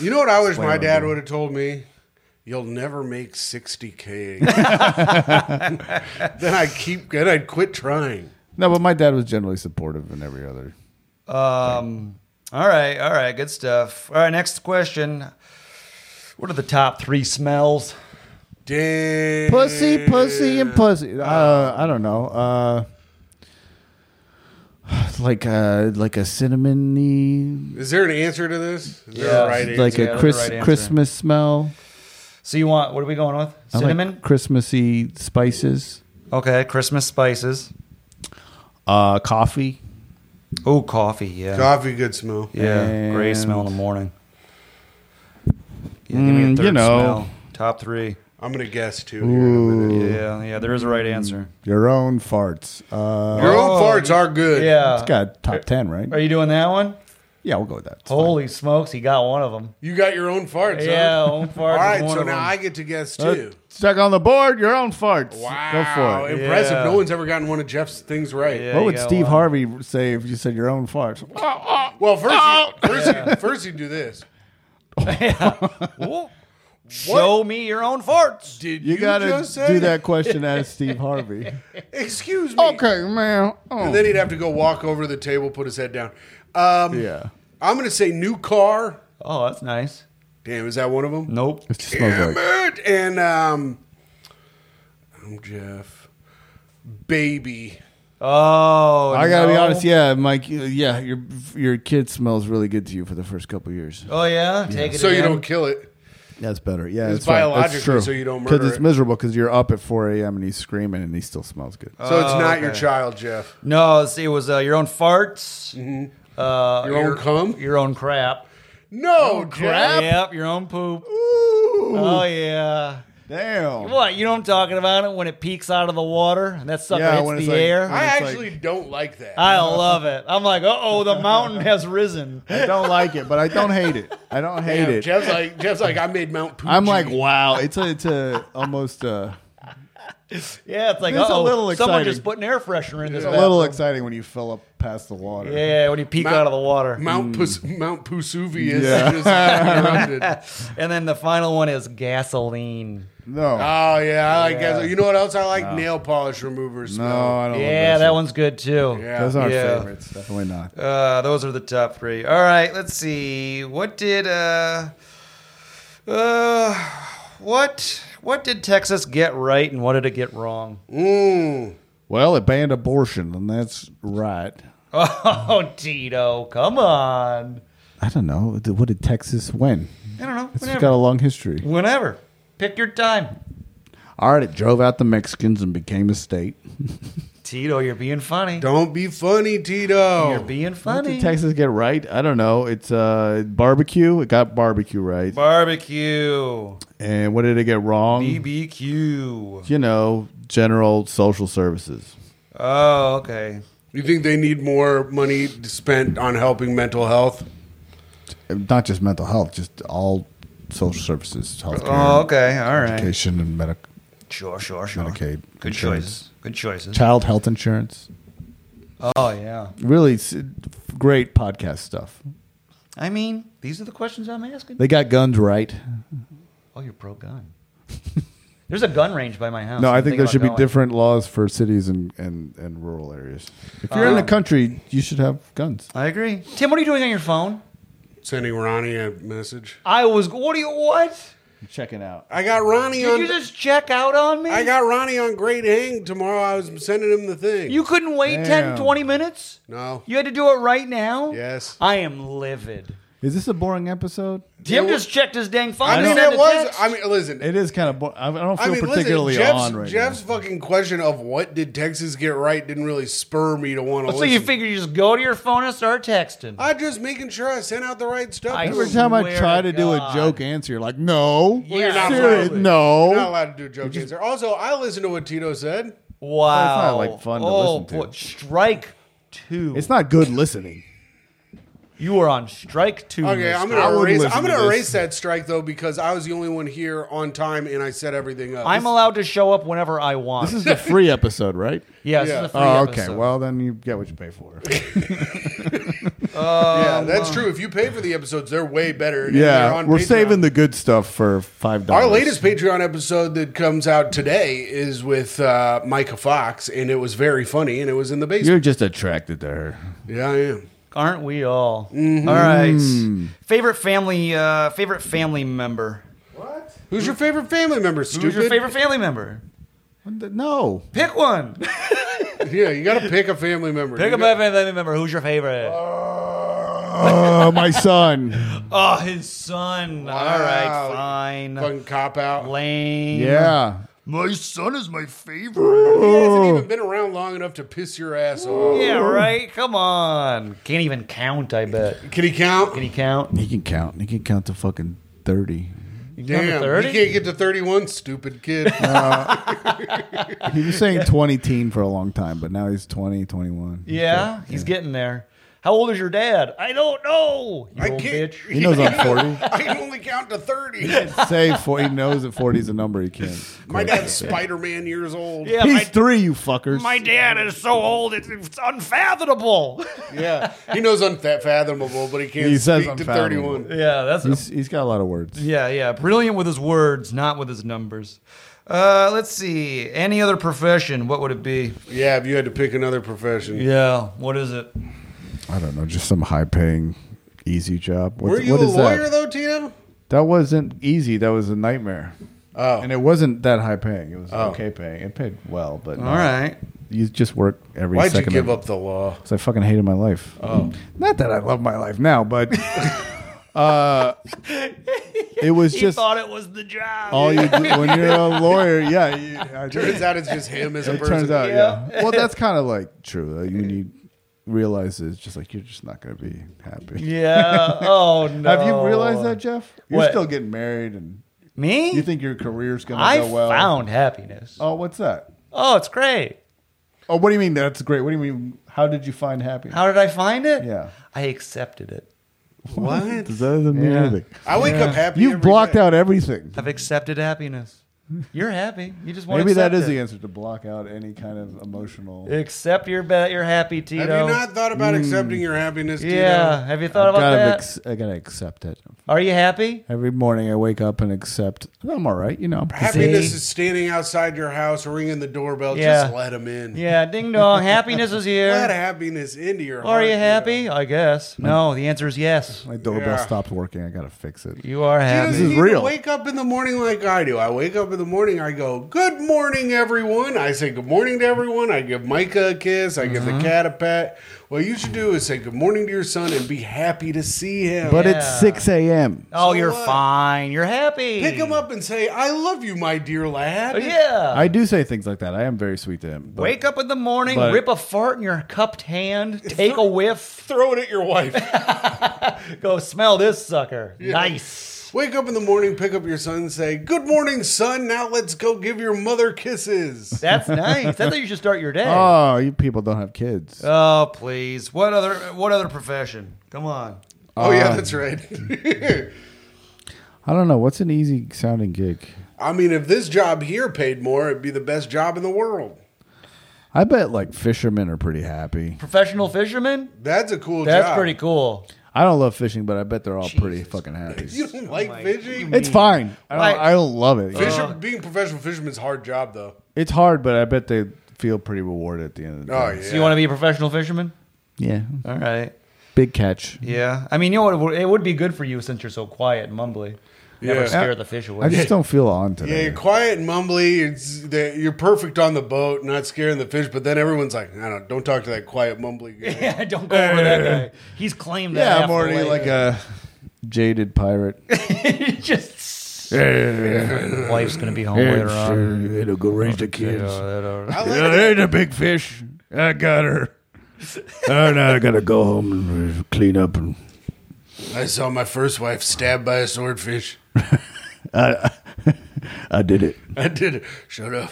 S2: You know what I wish my
S3: Slam
S2: dad
S3: dunk.
S2: would have told me? You'll never make 60K. then I keep, then I'd quit trying.
S3: No, but my dad was generally supportive in every other.
S1: Um. All right. All right. Good stuff. All right. Next question. What are the top three smells?
S2: Damn.
S3: Pussy, pussy, and pussy. Uh, I don't know. Uh, like a like a cinnamony,
S2: Is there an answer to this? Is there
S1: Yeah.
S2: a right
S3: like
S2: answer?
S1: yeah,
S3: a
S1: that's
S3: Chris,
S1: the right answer.
S3: Christmas smell.
S1: So you want? What are we going with?
S3: I like
S1: Cinnamon.
S3: Christmassy spices.
S1: okay. Christmas spices.
S3: Uh, coffee.
S1: Oh, coffee. Yeah.
S2: Coffee, good smell.
S1: Yeah. Gray
S3: And-
S1: smell in the morning. Yeah,
S3: Mm, you know.
S1: Top three.
S2: I'm gonna guess two. here in a minute.
S1: Yeah. Yeah. There is a right answer.
S3: Your own farts. Uh,
S2: Your own
S1: Oh,
S2: farts are good.
S1: Yeah.
S3: it's got top ten, right?
S1: Are you doing that one?
S3: Yeah, we'll go with that. It's fine.
S1: Holy smokes, he got one of them.
S2: You got your own farts.
S1: Yeah,
S2: Huh?
S1: own farts
S2: All
S1: is
S2: right.
S1: one
S2: So
S1: of
S2: now
S1: them.
S2: I get to guess
S3: Uh,
S2: too.
S3: stuck on the board. Your own farts.
S2: Wow.
S3: Go for it.
S2: Impressive.
S1: Yeah.
S2: No one's ever gotten one of Jeff's things right.
S1: Yeah.
S3: What
S1: you
S3: would
S1: got
S3: Steve
S1: one.
S3: Harvey say if you said your own farts?
S2: Well, first,
S1: Oh!
S2: you, first, you, first you do this.
S1: Ooh. Show me your own farts.
S2: Did you,
S3: You, gotta
S2: just say
S3: do that question as Steve Harvey.
S2: Excuse me.
S3: okay, man. Oh.
S2: And then he'd have to go walk over to the table, put his head down. Um,
S3: yeah,
S2: I'm going to say new car.
S1: Oh, that's nice.
S2: Damn, is that one of them?
S1: Nope.
S3: it just smells like
S2: Damn it. And um, I'm Jeff. Baby.
S1: Oh,
S3: I gotta be
S1: no.
S3: honest. Yeah, Mike. you- Yeah, your your kid smells really good to you for the first couple years.
S1: Oh yeah, take it.
S2: So you
S1: in.
S2: don't kill it.
S3: That's better. Yeah,
S2: It's
S3: that's right. That's
S2: biologically
S3: true.
S2: so you don't murder
S3: because it's
S2: it.
S3: miserable because you're up at 4 a.m. and he's screaming and he still smells good.
S2: So it's
S1: Oh,
S2: not your
S1: okay.
S2: child, Jeff.
S1: No, see, it was uh, your own farts. Uh,
S2: Mm-hmm. Your own cum?
S1: Your own crap.
S2: No,
S1: Yep.
S2: crap.
S1: your own poop.
S3: Ooh,
S1: Oh yeah.
S3: damn.
S1: What you know? What I'm talking about it when it peaks out of the water and that sucker
S3: Yeah,
S1: hits
S3: when
S1: the
S3: it's like-
S1: air.
S2: I
S1: I,
S3: It's like-
S2: actually don't like that.
S1: love it. I'm like, uh oh, the mountain has risen.
S3: I don't like it, but I don't hate it. I don't hate
S2: Damn,
S3: it.
S2: Jeff's like Jeff's like I made Mount Poochie.
S3: I'm like, wow. It's a, it's a almost uh, a,
S1: Yeah, it's like,
S3: It's a
S1: oh,
S3: little
S1: someone
S3: exciting.
S1: just put an air freshener in this.
S3: a little
S1: bathroom.
S3: exciting when you fill up past the water.
S1: Yeah, when you peek out of the water.
S2: Mount Pus- Mount Pusuvius.
S3: Yeah.
S2: Just interrupted.
S1: And then the final one is gasoline.
S3: No,
S2: Oh yeah, I like
S1: Yeah.
S2: that. You know what else I like? Nail polish remover
S3: no,
S2: smell.
S3: I don't.
S1: Yeah,
S3: love
S1: that
S3: shit.
S1: one's good too.
S2: Yeah.
S3: Those aren't
S1: Yeah.
S3: favorites. Definitely not.
S1: Uh, those are the top three. All right, let's see. What did uh, uh, what what did Texas get right and what did it get wrong?
S2: Mm.
S3: Well, it banned abortion, and that's right.
S1: Oh, Tito, come on.
S3: I don't know. Th- What did Texas win?
S1: I don't know.
S3: It's
S1: Whenever.
S3: got a long history.
S1: Whenever. Pick your time.
S3: All right, it drove out the Mexicans and became a state.
S1: Tito, you're being funny.
S2: Don't be funny,
S1: You're
S2: Tito.
S1: being
S3: What
S1: funny.
S3: did Texas get right? I don't know. It's uh, barbecue. It got barbecue right.
S1: Barbecue.
S3: and what did it get wrong?
S1: BBQ.
S3: You know, general social services.
S1: Oh, okay.
S2: you think they need more money spent on helping mental health?
S3: Uh, Not just mental health, just all social services, healthcare,
S1: Oh, okay. All right.
S3: education, and medic,
S1: Sure, sure, sure.
S3: Medicaid.
S1: Good
S3: insurance.
S1: choices. Good choices.
S3: Child health insurance.
S1: Oh, yeah.
S3: Really s- great podcast stuff.
S1: I mean, these are the questions I'm asking.
S3: They got guns right.
S1: Oh, you're pro gun. There's a gun range by my house.
S3: No,
S1: I'm
S3: I
S1: thinking
S3: think there
S1: about
S3: should be
S1: going.
S3: different laws for cities and, and, and rural areas. If you're in the country, you should have guns.
S1: I agree. Tim, what are you doing on your phone?
S2: Sending Ronnie a message.
S1: I was. What do you? What?
S4: Check it out.
S2: I got Ronnie
S1: Did you
S2: on.
S1: just check out on me?
S2: I got Ronnie on Great Hang tomorrow. I was sending him the thing.
S1: You couldn't wait ten, twenty 10,
S3: Damn.
S1: 20 minutes?
S2: no.
S1: You had to do it right now?
S2: yes.
S1: I am livid.
S3: Is this a boring episode?
S1: Tim
S2: It wa-
S1: just checked his dang phone.
S2: I
S1: and
S2: mean,
S1: sent
S2: it
S1: a
S2: was.
S1: text.
S2: I mean, listen.
S3: It is kind of boring. I don't
S2: I
S3: feel
S2: mean,
S3: particularly
S2: listen, Jeff's,
S3: on right
S2: Jeff's fucking question of what did Texas get right didn't really spur me to want to
S1: so
S2: listen.
S1: you figure you just go to your phone and start texting.
S2: I'm just making sure I sent out the right stuff.
S1: I
S3: now.
S2: You're
S3: Every time I
S1: swear
S3: try
S1: to
S3: to do a
S1: God.
S3: joke answer, you're like, no.
S1: Well, you're not
S3: Serious-
S2: allowed to.
S3: no.
S2: not allowed to do jokes. answer. Also, I listened to what Tito said.
S1: wow.
S3: not, like, fun to
S1: oh,
S3: listen to.
S1: boy. Strike two.
S3: It's not good listening.
S1: you are on strike two.
S2: Okay, I'm
S1: mister.
S2: gonna
S3: would
S2: erase.
S3: listen
S2: I'm
S3: to
S2: gonna
S3: this.
S2: erase that strike though because I was the only one here on time and I set everything up.
S1: I'm allowed to show up whenever I want.
S3: This is the free episode, right?
S1: yeah, this
S2: yeah.
S1: is the free
S3: Oh, okay.
S1: episode.
S3: Well, then you get what you pay for.
S2: yeah, that's true. If you pay for the episodes, they're way better. and they're
S3: yeah,
S2: on
S3: we're
S2: Patreon.
S3: saving the good stuff for five dollars.
S2: Our latest Patreon episode that comes out today is with uh, Micah Fox, and it was very funny, and it was in the basement.
S3: You're just attracted to her.
S2: yeah, I am.
S1: Aren't we all?
S2: Mm-hmm.
S1: All
S3: Hmm.
S1: right. Favorite family. Uh, favorite family member.
S2: Who's your favorite family member? Stupid.
S1: Who's your favorite family member?
S3: No.
S1: Pick one.
S2: Yeah, you got to pick a family member.
S1: Pick
S2: You
S1: a
S2: got-
S1: family member. Who's your favorite?
S2: Oh.
S3: Uh, my son.
S1: Oh, his son. All right,
S2: Wow.
S1: fine.
S2: Fucking cop out.
S1: Lame.
S3: Yeah.
S4: My son is my favorite.
S2: He hasn't even been around long enough to piss your ass off.
S1: Yeah, right? Come on. Can't even count, I bet.
S2: Can he count?
S1: Can he count?
S3: He can count. He can count to fucking thirty.
S2: Damn,
S1: Number
S2: he can't get to 31, stupid kid.
S3: He was saying twenty teen for a long time, but now he's 20, 21.
S1: Yeah, he's getting there. How old is your dad? I don't know. You
S2: I
S1: old
S2: can't.
S1: bitch.
S3: He knows I'm forty.
S2: I can only count to 30.
S3: Say for he knows that forty is a number he can't.
S2: My dad's Spider Man years old.
S1: Yeah,
S3: He's
S1: my,
S3: three, you fuckers.
S1: my dad is so old, it's, it's unfathomable.
S2: Yeah. He knows unfathomable, but he can't
S3: He says
S2: speak to
S3: unfathomable.
S2: 31.
S1: yeah, that's
S3: he's, he's got a lot of words.
S1: yeah, yeah. Brilliant with his words, not with his numbers. Uh, let's see. Any other profession? What would it be?
S2: Yeah, if you had to pick another profession.
S1: Yeah. What is it?
S3: I don't know, just some high paying, easy job. What,
S2: Were you
S3: what
S2: a
S3: is
S2: lawyer,
S3: that?
S2: though, Tito?
S3: That wasn't easy. That was a nightmare.
S2: Oh.
S3: And it wasn't that high paying. It was okay paying. It paid well, but
S1: All right.
S3: you just work every
S2: Why'd you
S3: second.
S2: give up the law?
S3: Because I fucking hated my life. Oh, not that I love my life now, but uh, it was
S1: He
S3: just
S1: thought it was the job.
S3: all you do when you're a lawyer. Yeah, you, I just-
S2: Turns out it's just him as a
S3: it
S2: person.
S3: turns out.
S1: Yeah.
S3: Yeah. Well, that's kind of like true. Though. You need realize it's just like you're just not going to be happy.
S1: Yeah. Oh no.
S3: Have you realized that, Jeff? You're
S1: What?
S3: still getting married, and
S1: Me?
S3: you think your career's going
S1: I
S3: to go well.
S1: found happiness.
S3: Oh, what's that?
S1: Oh, it's great.
S3: Oh, what do you mean? That's great. What do you mean? How did you find happy?
S1: How did I find it?
S3: Yeah.
S1: I accepted it.
S2: What?
S3: Does that doesn't mean
S1: Yeah.
S3: anything?
S2: I wake up happy.
S3: You've
S2: every
S3: blocked
S2: day.
S3: out everything.
S1: I've accepted happiness. You're happy. You just want
S3: Maybe that is the
S1: it.
S3: answer to block out any kind of emotional.
S1: Accept your bet. You're happy, Tito.
S2: Have you not thought
S3: Hmm.
S2: about accepting your happiness, Tito?
S1: yeah. Have you thought
S3: I,
S1: about
S3: gotta
S1: that?
S3: ex- I gotta accept it
S1: Are you happy?
S3: every morning. I wake up and accept. I'm all right, you know. I'm pretty-
S2: Happiness
S1: See?
S2: is standing outside your house, ringing the doorbell.
S1: Yeah.
S2: Just let him in.
S1: Yeah. Ding dong. happiness is
S2: Let
S1: here.
S2: happiness into your heart.
S1: Are you
S2: Tito.
S1: happy? I guess. No. The answer is yes.
S3: My doorbell
S2: Yeah.
S3: stopped working. I gotta fix it.
S1: You are
S2: Tito,
S1: happy.
S2: you
S3: is
S2: need to
S3: real.
S2: Wake up in the morning like I do. I wake up in the morning. I go, "Good morning, everyone." I say, "Good morning" to everyone. I give Micah a kiss. I give
S1: Mm-hmm.
S2: the cat a pat. What you should do is say, "Good morning" to your son and be happy to see him.
S3: But
S1: Yeah.
S3: it's six a.m.
S1: Oh, you're
S2: what?
S1: fine. You're happy.
S2: pick him up and say, "I love you, my dear lad."
S1: Oh, Yeah.
S3: I do say things like that. I am very sweet to him. but-
S1: Wake up in the morning,
S3: but-
S1: rip a fart in your cupped hand, take a whiff,
S2: Throw it at your wife.
S1: go smell this sucker. Nice.
S2: Wake up in the morning, pick up your son, and say, Good morning, son. Now let's go give your mother kisses.
S1: That's nice. That's how you should start your day.
S3: Oh, you people don't have kids.
S1: oh, please. What other what other profession? Come on.
S2: oh,
S1: Um.
S2: yeah, that's right.
S3: I don't know. What's an easy sounding gig?
S2: I mean, if this job here paid more, it'd be the best job in the world.
S3: I bet like fishermen are pretty happy.
S1: Professional fisherman?
S2: That's a cool
S1: That's
S2: job.
S1: pretty cool.
S3: I don't love fishing, but I bet they're all pretty
S1: Jesus
S3: fucking happy.
S2: You don't like
S1: my-
S2: fishing?
S3: It's fine. I
S1: Like-
S3: don't, I don't love it. Uh,
S2: Fisher, being a professional fisherman's a hard job, though.
S3: It's hard, but I bet they feel pretty rewarded at the end of the day.
S2: Oh yeah.
S1: So you want to be a professional fisherman?
S3: yeah.
S1: All right.
S3: Big catch.
S1: Yeah. I mean, you know what? It would- It would be good for you since you're so quiet and mumbly. Never
S2: Yeah.
S1: scare the fish away.
S3: I just don't feel on
S2: yeah,
S3: today.
S2: you're quiet and mumbly. It's the, you're perfect on the boat, not scaring the fish. But then everyone's like, I don't, don't talk to that quiet mumbly guy.
S1: Yeah, don't go over that guy. He's claimed that.
S3: Yeah,
S1: half
S3: I'm
S1: the
S3: already
S1: lake.
S3: like a jaded pirate.
S1: just
S3: Later
S1: wife's gonna be home later on.
S3: It'll go raise the kids.
S2: um, uh, I like
S3: Yeah, there's a big fish. I got her. Oh, now I gotta go home and uh, clean up. And
S2: I saw my first wife stabbed by a swordfish.
S3: I did it.
S2: I did it. Shut up.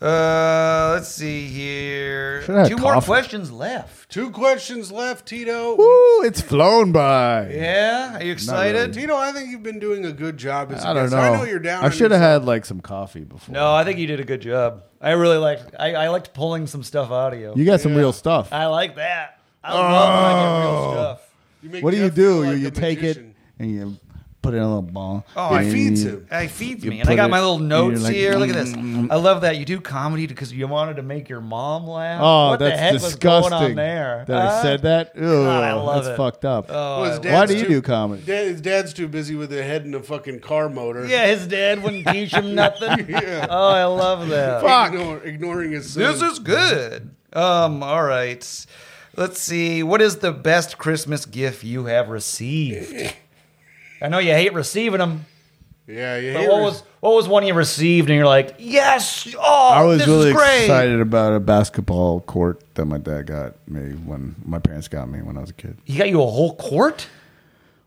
S1: Uh, let's see here.
S3: Should've had
S1: Two more
S3: coffee.
S1: questions left.
S2: Two questions left, Tito.
S3: Ooh, it's flown by.
S1: Yeah, are you excited?
S2: Tito, I think you've been doing a good job as a
S3: I don't
S2: guest.
S3: know.
S2: I know you're down. on
S3: I
S2: uh,
S3: should have
S2: yourself.
S3: had like some coffee before.
S1: No, I think you did a good job. I really liked. I, I liked pulling some stuff out of you.
S3: You got some real stuff.
S1: I like that. I love
S3: Oh.
S1: when I get real stuff.
S2: You make
S3: what do you
S2: Jeff
S3: do?
S2: feel like
S3: you
S2: a
S3: take
S2: magician.
S3: it and you put it in a little ball.
S1: Oh,
S3: and
S2: It feeds
S3: you-
S2: him.
S1: It feeds
S3: You
S1: me, and I
S3: put
S1: got
S3: it-
S1: my little notes
S3: you're like,
S1: here. Look at this.
S3: mm,
S1: I love that you do comedy because you wanted to make your mom laugh.
S3: Oh,
S1: what
S3: that's
S1: the heck
S3: disgusting.
S1: was going on there?
S3: That I
S1: Huh?
S3: said that. Ew,
S1: I love
S3: that's
S1: it.
S3: fucked up.
S1: Oh,
S2: Well, his
S1: I
S2: dad's
S3: Why do you
S2: too-
S3: do comedy?
S2: Dad, his dad's too busy with a head in a fucking car motor.
S1: Yeah, his dad wouldn't teach him nothing. Oh, I love that.
S2: Ignore, ignoring his uh, son.
S1: This is good. Um, all right. Let's see. What is the best Christmas gift you have received? I know you hate receiving them,
S2: yeah, you
S1: but
S2: hear
S1: what
S2: it.
S1: was what was one you received and you're like, yes, oh,
S3: I was
S1: this
S3: really
S1: is great.
S3: excited about a basketball court that my dad got me when my parents got me when I was a kid.
S1: He got you a whole court.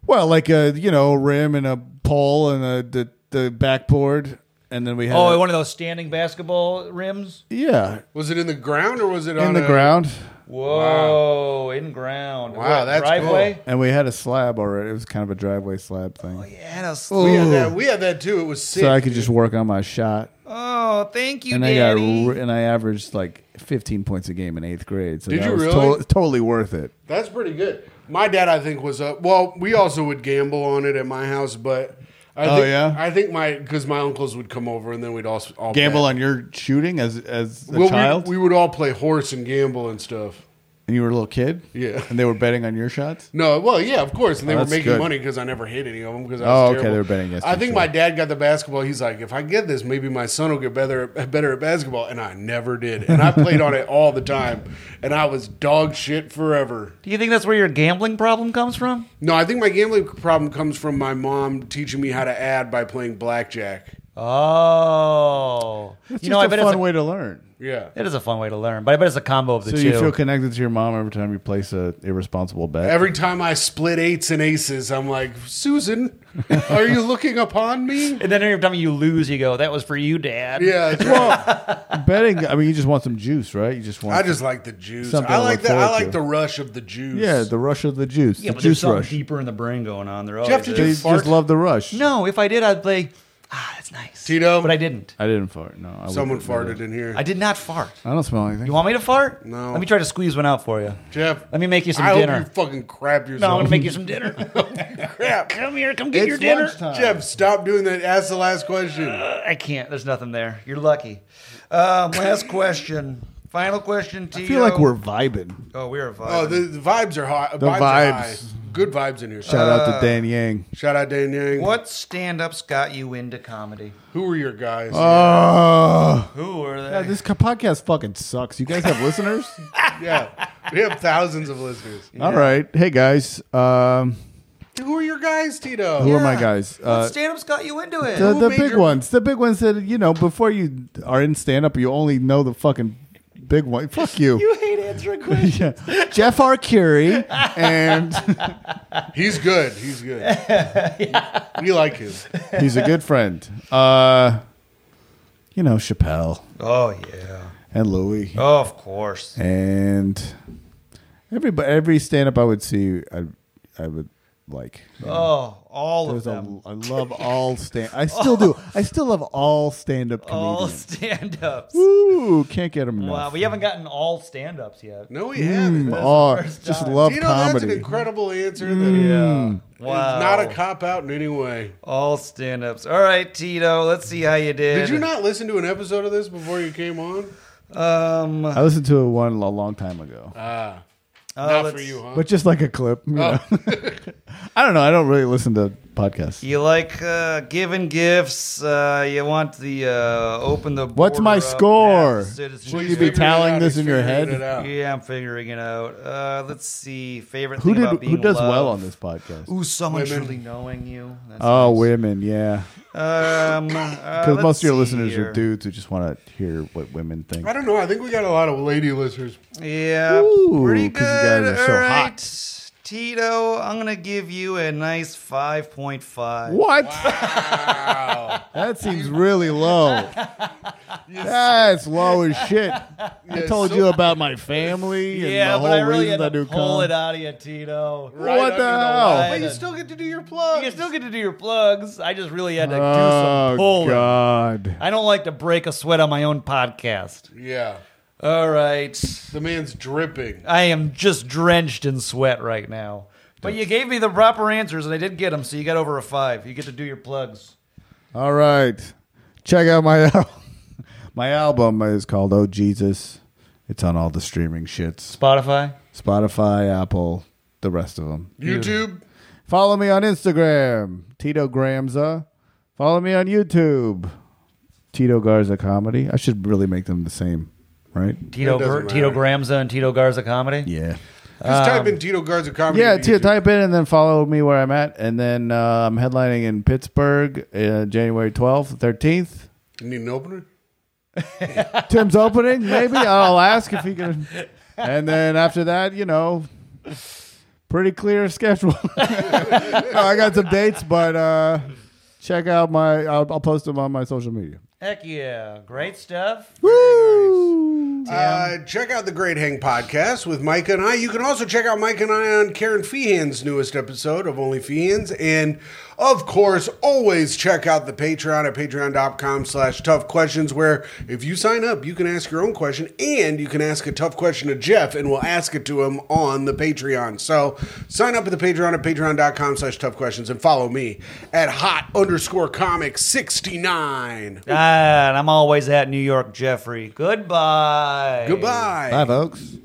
S3: Well, like a you know rim and a pole and a, the the backboard, and then we had
S1: Oh,
S3: a-
S1: one of those standing basketball rims.
S3: yeah
S2: Was it in the ground or was it
S3: in
S2: on
S3: the
S2: a-
S3: ground,
S1: Whoa, in ground.
S2: Wow,
S1: What,
S2: that's
S1: driveway.
S3: and we had a slab already. It was kind of a driveway slab thing,
S1: Yeah, that's-
S2: We had, that, we had that too. It was sick.
S3: so I could just work on my shot.
S1: Oh, thank you,
S3: And I got
S1: Daddy.
S3: re- and I averaged like 15 points a game in eighth grade. So
S2: Did
S3: that
S2: you
S3: was
S2: really?
S3: to- totally worth it.
S2: That's pretty good. My dad, I think, was up. Well, we also would gamble on it at my house, but I
S3: Oh,
S2: think,
S3: yeah?
S2: I think my because my uncles would come over and then we'd all all
S3: Gamble
S2: bet.
S3: on your shooting as as a
S2: Well, we-
S3: child.
S2: We, would all play horse and gamble and stuff.
S3: and you were a little kid.
S2: Yeah.
S3: and they were betting on your shots.
S2: No, well, yeah, of course, and they
S3: Oh,
S2: were
S3: that's
S2: making
S3: good.
S2: money because I never hit any of them because I
S3: Oh,
S2: was
S3: okay,
S2: terrible.
S3: they were betting against
S2: I
S3: you,
S2: think
S3: sure.
S2: my dad got the basketball. He's like, if I get this, maybe my son will get better better at basketball, and I never did. And I played on it all the time, and I was dog shit forever.
S1: Do you think that's where your gambling problem comes from?
S2: No, I think my gambling problem comes from my mom teaching me how to add by playing blackjack.
S1: Oh,
S3: It's
S1: you know,
S3: just
S1: I
S3: a
S1: bet
S3: fun
S1: it's a,
S3: way to learn.
S2: Yeah.
S1: it is a fun way to learn, but I bet it's a combo of the
S3: So
S1: two.
S3: you feel connected to your mom every time you place a irresponsible bet.
S2: Every time I split eights and aces, I'm like, Susan, are you looking upon me?
S1: and then every time you lose, you go, "That was for you, Dad."
S2: Yeah. that's right.
S3: Betting. I mean, you just want some juice, right? You just want.
S2: I just like the juice.
S3: Something
S2: I
S3: to
S2: like
S3: look
S2: the I
S3: forward
S2: like
S3: to.
S2: the rush of the juice.
S3: yeah, the rush of the juice,
S1: yeah,
S3: the
S1: but there's
S3: juice
S1: something
S3: rush.
S1: deeper in the brain going on. There
S2: Jeff,
S1: always
S2: did
S3: They
S1: is.
S2: you-
S3: just
S2: fart?
S3: love the rush.
S1: No, if I did, I'd play. Ah, that's nice,
S2: Tito?
S1: But I didn't.
S3: I didn't fart. No, I
S2: Someone
S3: wouldn't do
S2: farted in here.
S1: I did not fart.
S3: that. I don't smell anything.
S1: You want me to fart?
S2: No.
S1: Let me try to squeeze one out for you.
S2: Jeff,
S1: Let me make you some
S2: I
S1: dinner.
S2: hope you fucking crap
S1: No, I'm
S2: yourself.
S1: gonna make you some dinner.
S2: crap.
S1: come here, come get
S3: It's
S1: your dinner. Uh,
S3: lunchtime.
S2: Jeff, stop doing that. Ask the last question.
S1: I can't. There's nothing there. You're lucky. Um, last question. Final question. Tito.
S3: I feel like we're vibing.
S1: Oh, we are. Vibing.
S2: Oh, the, the vibes are hot. vibes. Are
S3: vibes.
S2: high. Good vibes in here.
S3: Shout out to Dan Yang.
S2: Shout out Dan Yang.
S1: what stand-ups got you into comedy?
S2: Who were your guys?
S3: Oh,
S1: Who are they?
S3: God, this co- podcast fucking sucks. You guys have listeners?
S2: yeah, we have thousands of listeners.
S3: All right. Hey, guys. Um,
S2: Who are your guys, Tito?
S3: who are my guys?
S1: what
S3: Uh,
S1: stand-ups got you into it?
S3: the the
S2: made
S3: big
S2: your-
S3: ones. The big ones that, you know, before you are in stand up, you only know the fucking big one. Fuck you.
S1: you hate answering questions.
S3: yeah. Jeff R. Curie and
S2: He's good. He's good. We like him.
S3: he's a good friend. Uh, you know, Chappelle
S1: Oh yeah.
S3: and Louis.
S1: Oh, of course.
S3: and every every stand up I would see, I I would like.
S1: Oh, all of
S3: There's a,
S1: them.
S3: I love all stand. I still do. I still love all stand-up
S1: All
S3: comedians.
S1: stand ups.
S3: Ooh, can't get them enough.
S1: Wow, we haven't gotten all stand ups yet.
S2: No, we
S3: Mm,
S2: haven't.
S3: oh,
S1: first
S3: just
S1: time.
S3: love
S2: you know, that's an
S3: comedy.
S2: incredible answer. That
S3: Hmm.
S2: is
S1: Mm, Wow.
S2: not a cop out in any way.
S1: All stand ups. All right, Tito, let's see how you did.
S2: Did you not listen to an episode of this before you came on?
S1: Um,
S3: I listened to it one a long time ago,
S2: Ah,
S1: uh,
S2: not for
S1: let's-
S2: you, huh?
S3: but just like a clip. you
S1: Oh.
S3: know. I don't know. I don't really listen to podcasts.
S1: You like uh, giving gifts. Uh, you want the uh, open the.
S3: What's
S1: border
S3: my
S1: up,
S3: score?
S1: path to citizenship.
S3: Will you be tallying this in your head?
S1: Yeah, I'm figuring it out. Uh, let's see. Favorite
S3: Who
S1: thing
S3: did?
S1: about being
S3: Who does
S1: loved?
S3: well on this podcast?
S1: Ooh, someone
S2: Women.
S1: truly knowing you. That's
S3: Oh,
S1: nice.
S3: women, yeah.
S1: Um, because
S3: Because most of your listeners are dudes who just want to hear what women think.
S2: I don't know. I think we got a lot of lady listeners.
S1: Yeah,
S3: Ooh,
S1: pretty
S3: 'cause you guys
S1: good.
S3: are so
S1: All right,
S3: hot.
S1: Tito, I'm gonna give you a nice five point five.
S3: What? that seems really low. That's low as shit. I told you about my family and
S1: Yeah,
S3: the whole
S1: but I really
S3: reason
S1: had
S3: I
S1: to
S3: do
S1: pull it
S3: comedy.
S1: out of you, Tito.
S3: What the hell?
S2: But you still get to do your plug.
S1: You can still get to do your plugs. I just really had to do
S3: Oh
S1: some pulling.
S3: God!
S1: I don't like to break a sweat on my own podcast.
S2: yeah,
S1: All right.
S2: the man's dripping.
S1: I am just drenched in sweat right now. But you gave me the proper answers and I did get them, so you got over a five. You get to do your plugs.
S3: All right, check out my al- my album is called Oh Jesus. It's on all the streaming shits:
S1: Spotify.
S3: Spotify, Apple, the rest of them.
S2: YouTube.
S3: Follow me on Instagram, Tito Gramza. Follow me on YouTube, Tito Garza Comedy. I should really make them the same, right?
S1: Tito
S2: It doesn't
S1: Gar- Tito
S2: matter.
S1: Gramza and Tito Garza comedy.
S3: Yeah.
S2: Just type in Tito Guards of Comedy.
S3: Um, Yeah,
S2: to
S3: Tito,
S2: YouTube.
S3: type in and then follow me where I'm at. And then uh, I'm headlining in Pittsburgh uh, January 12th, 13th.
S2: You Need an opener?
S3: Tim's opening, maybe. I'll ask if he can. And then after that, you know, pretty clear schedule. I got some dates, but uh, check out my, I'll, I'll post them on my social media.
S1: Heck yeah. Great stuff.
S3: Woo!
S2: Uh, check out the Great Hang podcast with Mike and I. You can also check out Mike and I on Karen Feehan's newest episode of Only Feehan's. And of course, always check out the Patreon at patreon.com slash tough questions, where if you sign up, you can ask your own question and you can ask a tough question to Jeff and we'll ask it to him on the Patreon. So sign up at the Patreon at patreon.com slash tough questions and follow me at hot underscore comic 69.
S1: Ah, and I'm always at New York Jeffrey. Goodbye.
S2: Goodbye.
S3: Bye, folks.